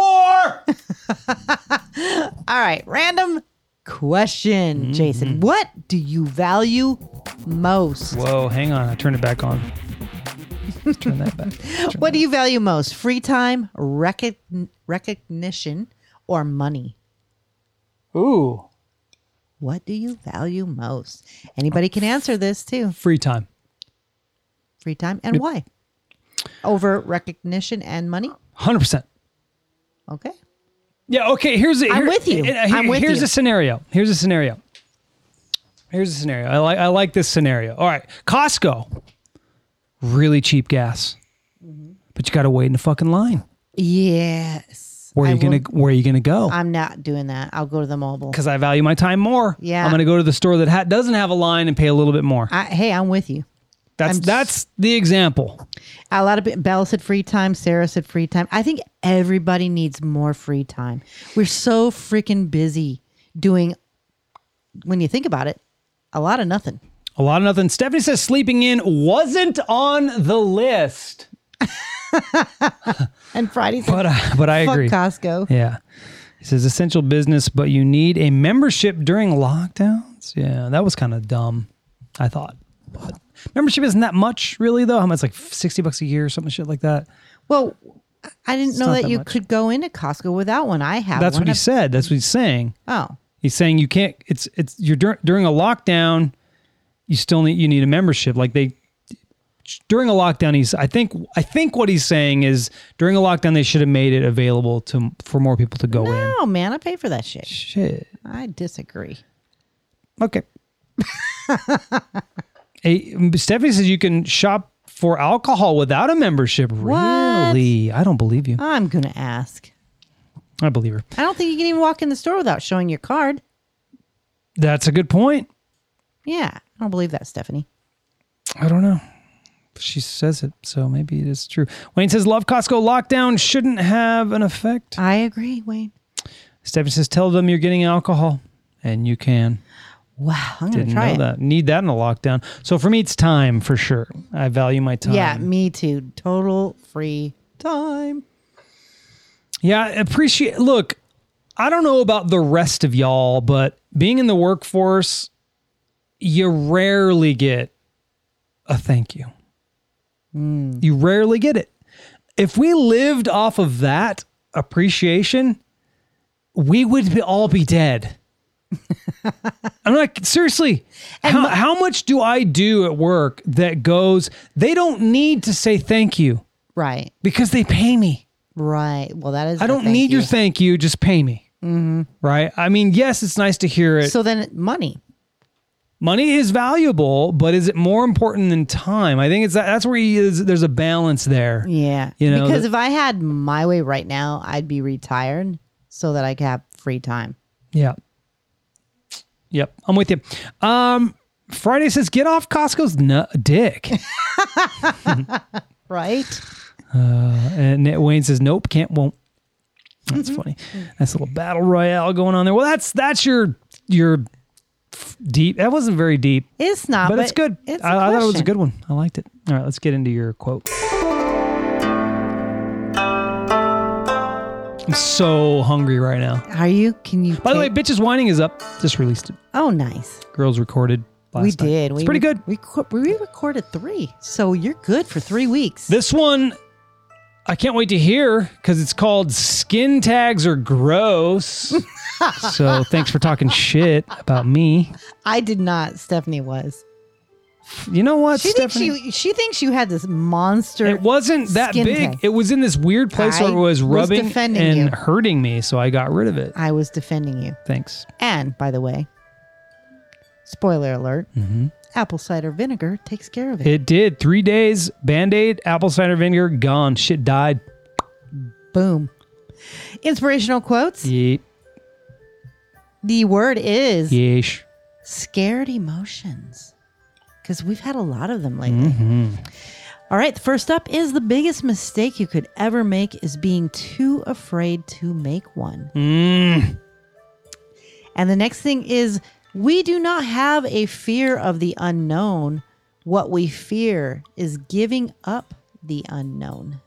Speaker 1: whore.
Speaker 2: All right, random question,
Speaker 1: Mm-hmm.
Speaker 2: Jason. What do you value most?
Speaker 1: Whoa, hang on. I turned it back on. Turn that back.
Speaker 2: What do you value most? Free time, recogn- recognition, or money?
Speaker 1: Ooh,
Speaker 2: What do you value most? Anybody can answer this too.
Speaker 1: free time.
Speaker 2: Free time and why? Over recognition and money?
Speaker 1: Hundred percent.
Speaker 2: Okay.
Speaker 1: Yeah. Okay. Here's a,
Speaker 2: I'm with you.
Speaker 1: and, uh,
Speaker 2: I'm with
Speaker 1: here's
Speaker 2: you.
Speaker 1: a scenario. Here's a scenario. Here's a scenario. I like. I like this scenario. All right. Costco. Really cheap gas,
Speaker 2: Mm-hmm.
Speaker 1: but you got to wait in the fucking line.
Speaker 2: Yes.
Speaker 1: Where are
Speaker 2: I
Speaker 1: you gonna
Speaker 2: will-
Speaker 1: Where are you gonna go?
Speaker 2: I'm not doing that. I'll go to the mobile.
Speaker 1: Because I value my time more.
Speaker 2: Yeah.
Speaker 1: I'm gonna go to the store that ha- doesn't have a line and pay a little bit more.
Speaker 2: I, hey, I'm with you.
Speaker 1: That's
Speaker 2: I'm s-
Speaker 1: that's the example.
Speaker 2: A lot of pe- Bella said free time. Sarah said free time. I think everybody needs more free time. We're so freaking busy doing, when you think about it, a lot of nothing.
Speaker 1: A lot of nothing. Stephanie says sleeping in wasn't on the list,
Speaker 2: And Fridays,
Speaker 1: but I, but I
Speaker 2: fuck
Speaker 1: agree.
Speaker 2: Costco.
Speaker 1: Yeah. He says essential business, but you need a membership during lockdowns. Yeah, that was kind of dumb, I thought. But membership isn't that much, really, though. How much? Like 60 bucks a year or something shit like that.
Speaker 2: Well, I didn't know
Speaker 1: not
Speaker 2: that,
Speaker 1: that
Speaker 2: you
Speaker 1: much.
Speaker 2: could go into Costco without one. I have.
Speaker 1: That's
Speaker 2: one.
Speaker 1: what he
Speaker 2: I've-
Speaker 1: said. That's what he's saying.
Speaker 2: Oh,
Speaker 1: He's saying you can't, it's, it's, you're dur- during a lockdown, you still need, you need a membership. Like they, during a lockdown, he's, I think, I think what he's saying is during a lockdown, they should have made it available to, for more people to go in.
Speaker 2: no, Oh, man, I pay for that shit.
Speaker 1: Shit.
Speaker 2: I disagree.
Speaker 1: Okay. hey, um, Stephanie says you can shop for alcohol without a membership. Really? I don't believe you.
Speaker 2: I'm gonna ask.
Speaker 1: I believe her.
Speaker 2: I don't think you can even walk in the store without showing your card.
Speaker 1: That's a good point.
Speaker 2: Yeah, I don't believe that, Stephanie.
Speaker 1: I don't know. She says it, so maybe it is true. Wayne says love Costco lockdown shouldn't have an effect.
Speaker 2: I agree, Wayne.
Speaker 1: Stephanie says tell them you're getting alcohol, and you can.
Speaker 2: Wow, I'm gonna
Speaker 1: Didn't
Speaker 2: try
Speaker 1: know
Speaker 2: it.
Speaker 1: that. Need that in a lockdown. So for me, it's time for sure. I value my time.
Speaker 2: Yeah, me too. Total free time.
Speaker 1: Yeah, appreciate. Look, I don't know about the rest of y'all, but being in the workforce, you rarely get a thank you. You rarely get it. If we lived off of that appreciation, we would be, all be dead. I'm like, seriously, how, how much do I do at work that goes, they don't need to say thank you
Speaker 2: Right,
Speaker 1: because they pay me?
Speaker 2: right. Well, that is.
Speaker 1: I
Speaker 2: a
Speaker 1: don't
Speaker 2: thank
Speaker 1: need your
Speaker 2: you. Mm-hmm.
Speaker 1: thank you. Just pay me. Right. I mean, yes, it's nice to hear it.
Speaker 2: So then, money.
Speaker 1: Money is valuable, but is it more important than time? I think it's that, that's where he is, there's a balance there.
Speaker 2: Yeah,
Speaker 1: You know,
Speaker 2: because
Speaker 1: the-
Speaker 2: if I had my way right now, I'd be retired so that I could have free time.
Speaker 1: Yeah. Yep. I'm with you. Um, Friday says, get off Costco's nu- dick.
Speaker 2: Right.
Speaker 1: and Nat Wayne says, nope, can't, won't. That's
Speaker 2: Mm-hmm.
Speaker 1: funny. That's a little battle royale going on there. Well, that's, that's your, your f- deep. That wasn't very deep.
Speaker 2: It's not,
Speaker 1: but, it's good.
Speaker 2: Uh, It's a
Speaker 1: I, I thought it was a
Speaker 2: question.
Speaker 1: good one. I liked it. All right, let's get into your quote. I'm so hungry right now.
Speaker 2: Are you? Can you?
Speaker 1: By the way,
Speaker 2: take-
Speaker 1: Bitches Whining is up. Just released it.
Speaker 2: oh, nice.
Speaker 1: Girls recorded last
Speaker 2: we
Speaker 1: night.
Speaker 2: did.
Speaker 1: It's
Speaker 2: we
Speaker 1: pretty
Speaker 2: re-
Speaker 1: good.
Speaker 2: We co- we recorded three, so you're good for three weeks.
Speaker 1: This one, I can't wait to hear because it's called Skin Tags Are Gross. so thanks for talking shit about me.
Speaker 2: I did not. Stephanie was.
Speaker 1: You know what,
Speaker 2: She thinks
Speaker 1: Stephanie?
Speaker 2: you. She thinks you had this monster.
Speaker 1: It wasn't that
Speaker 2: skin
Speaker 1: big.
Speaker 2: tag.
Speaker 1: It was in this weird place where
Speaker 2: I
Speaker 1: it was
Speaker 2: was
Speaker 1: rubbing
Speaker 2: defending
Speaker 1: and
Speaker 2: you.
Speaker 1: hurting me, so I got rid of it.
Speaker 2: I was defending you.
Speaker 1: Thanks.
Speaker 2: And by the way, spoiler alert: apple cider vinegar takes care of it.
Speaker 1: Mm-hmm. It did. Three days, band aid, apple cider vinegar, gone. Shit died.
Speaker 2: Boom. Inspirational quotes.
Speaker 1: Yeet.
Speaker 2: The word is
Speaker 1: Yeesh.
Speaker 2: scared emotions because we've had a lot of them lately. All right, first up is the biggest mistake you could ever make is being too afraid to make one. And the next thing is we do not have a fear of the unknown. What we fear is giving up the unknown.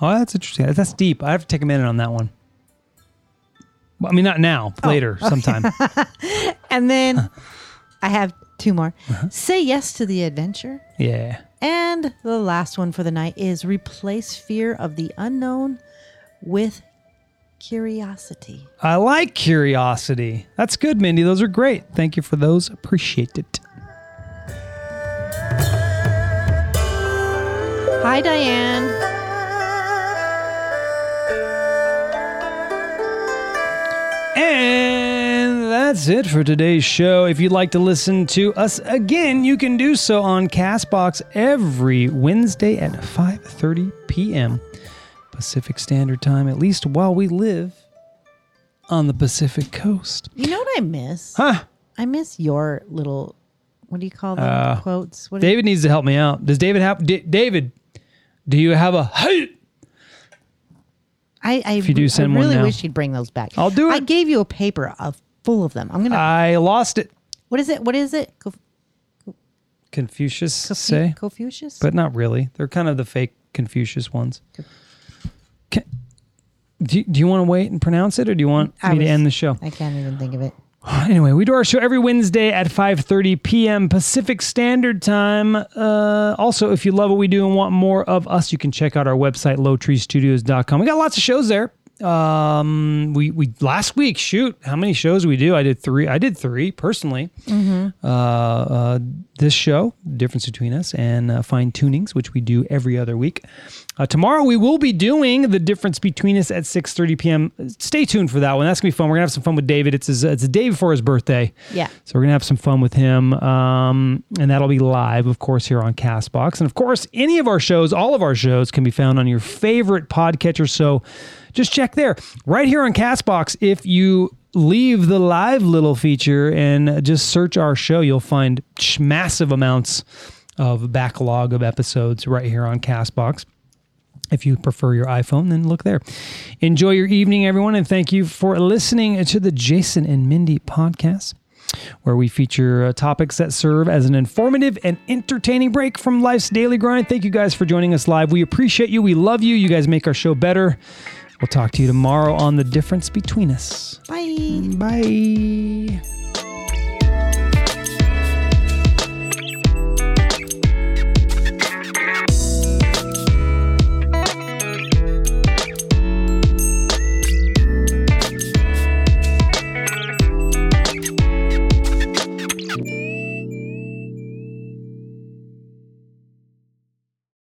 Speaker 1: Oh, that's interesting. That's deep. I have to take a minute on that one. Well, I mean, not now,
Speaker 2: Oh,
Speaker 1: later, sometime.
Speaker 2: And then I have two more. Say yes to the adventure.
Speaker 1: yeah.
Speaker 2: And the last one for the night is replace fear of the unknown with curiosity.
Speaker 1: I like curiosity. That's good, Mindy. Those are great. Thank you for those. Appreciate it.
Speaker 2: Hi, Diane.
Speaker 1: And that's it for today's show. If you'd like to listen to us again, you can do so on Castbox every Wednesday at 5:30 p.m. Pacific Standard Time, at least while we live on the Pacific Coast.
Speaker 2: You know what I miss?
Speaker 1: Huh.
Speaker 2: I miss your little, what do you call them?
Speaker 1: Uh,
Speaker 2: Quotes? What do you-
Speaker 1: David needs to help me out. Does David have D- David? Do you have a hey?
Speaker 2: I, I,
Speaker 1: you do
Speaker 2: I
Speaker 1: send one
Speaker 2: really
Speaker 1: now.
Speaker 2: wish you'd bring those back.
Speaker 1: I'll do it.
Speaker 2: I
Speaker 1: Uh,
Speaker 2: gave you a paper of, full of them. I'm going to,
Speaker 1: I lost it.
Speaker 2: what is it? What is it? Conf-
Speaker 1: Confucius say,
Speaker 2: Confucius?
Speaker 1: but not really. They're kind of the fake Confucius ones. Can, do, do you want to wait and pronounce it, or do you want
Speaker 2: I
Speaker 1: me
Speaker 2: was-
Speaker 1: to end the show?
Speaker 2: I can't even think of it.
Speaker 1: Anyway, we do our show every Wednesday at 5:30 p.m. Pacific Standard Time. Uh, also, if you love what we do and want more of us, you can check out our website lowtreestudios.com. We got lots of shows there. Um, we we last week, shoot, how many shows we do? I did three. I did three personally. Uh, uh, this show, difference between us, and uh, fine tunings, which we do every other week. Uh, tomorrow we will be doing the difference between us at 6:30 p.m. Stay tuned for that one. That's gonna be fun. We're gonna have some fun with David. It's his, it's the day before his birthday.
Speaker 2: Yeah.
Speaker 1: So we're gonna have some fun with him, um, and that'll be live, of course, here on Castbox. And of course, any of our shows, all of our shows, can be found on your favorite podcatcher. So just check there, right here on Castbox. If you leave the live little feature and just search our show, you'll find sh- massive amounts of backlog of episodes right here on Castbox. If you prefer your iPhone, then look there. Enjoy your evening, everyone, and thank you for listening to the Jason and Mindy podcast, where we feature uh, topics that serve as an informative and entertaining break from life's daily grind. Thank you guys for joining us live. We appreciate you. We love you. You guys make our show better. We'll talk to you tomorrow on The Difference Between Us.
Speaker 2: Bye.
Speaker 1: Bye.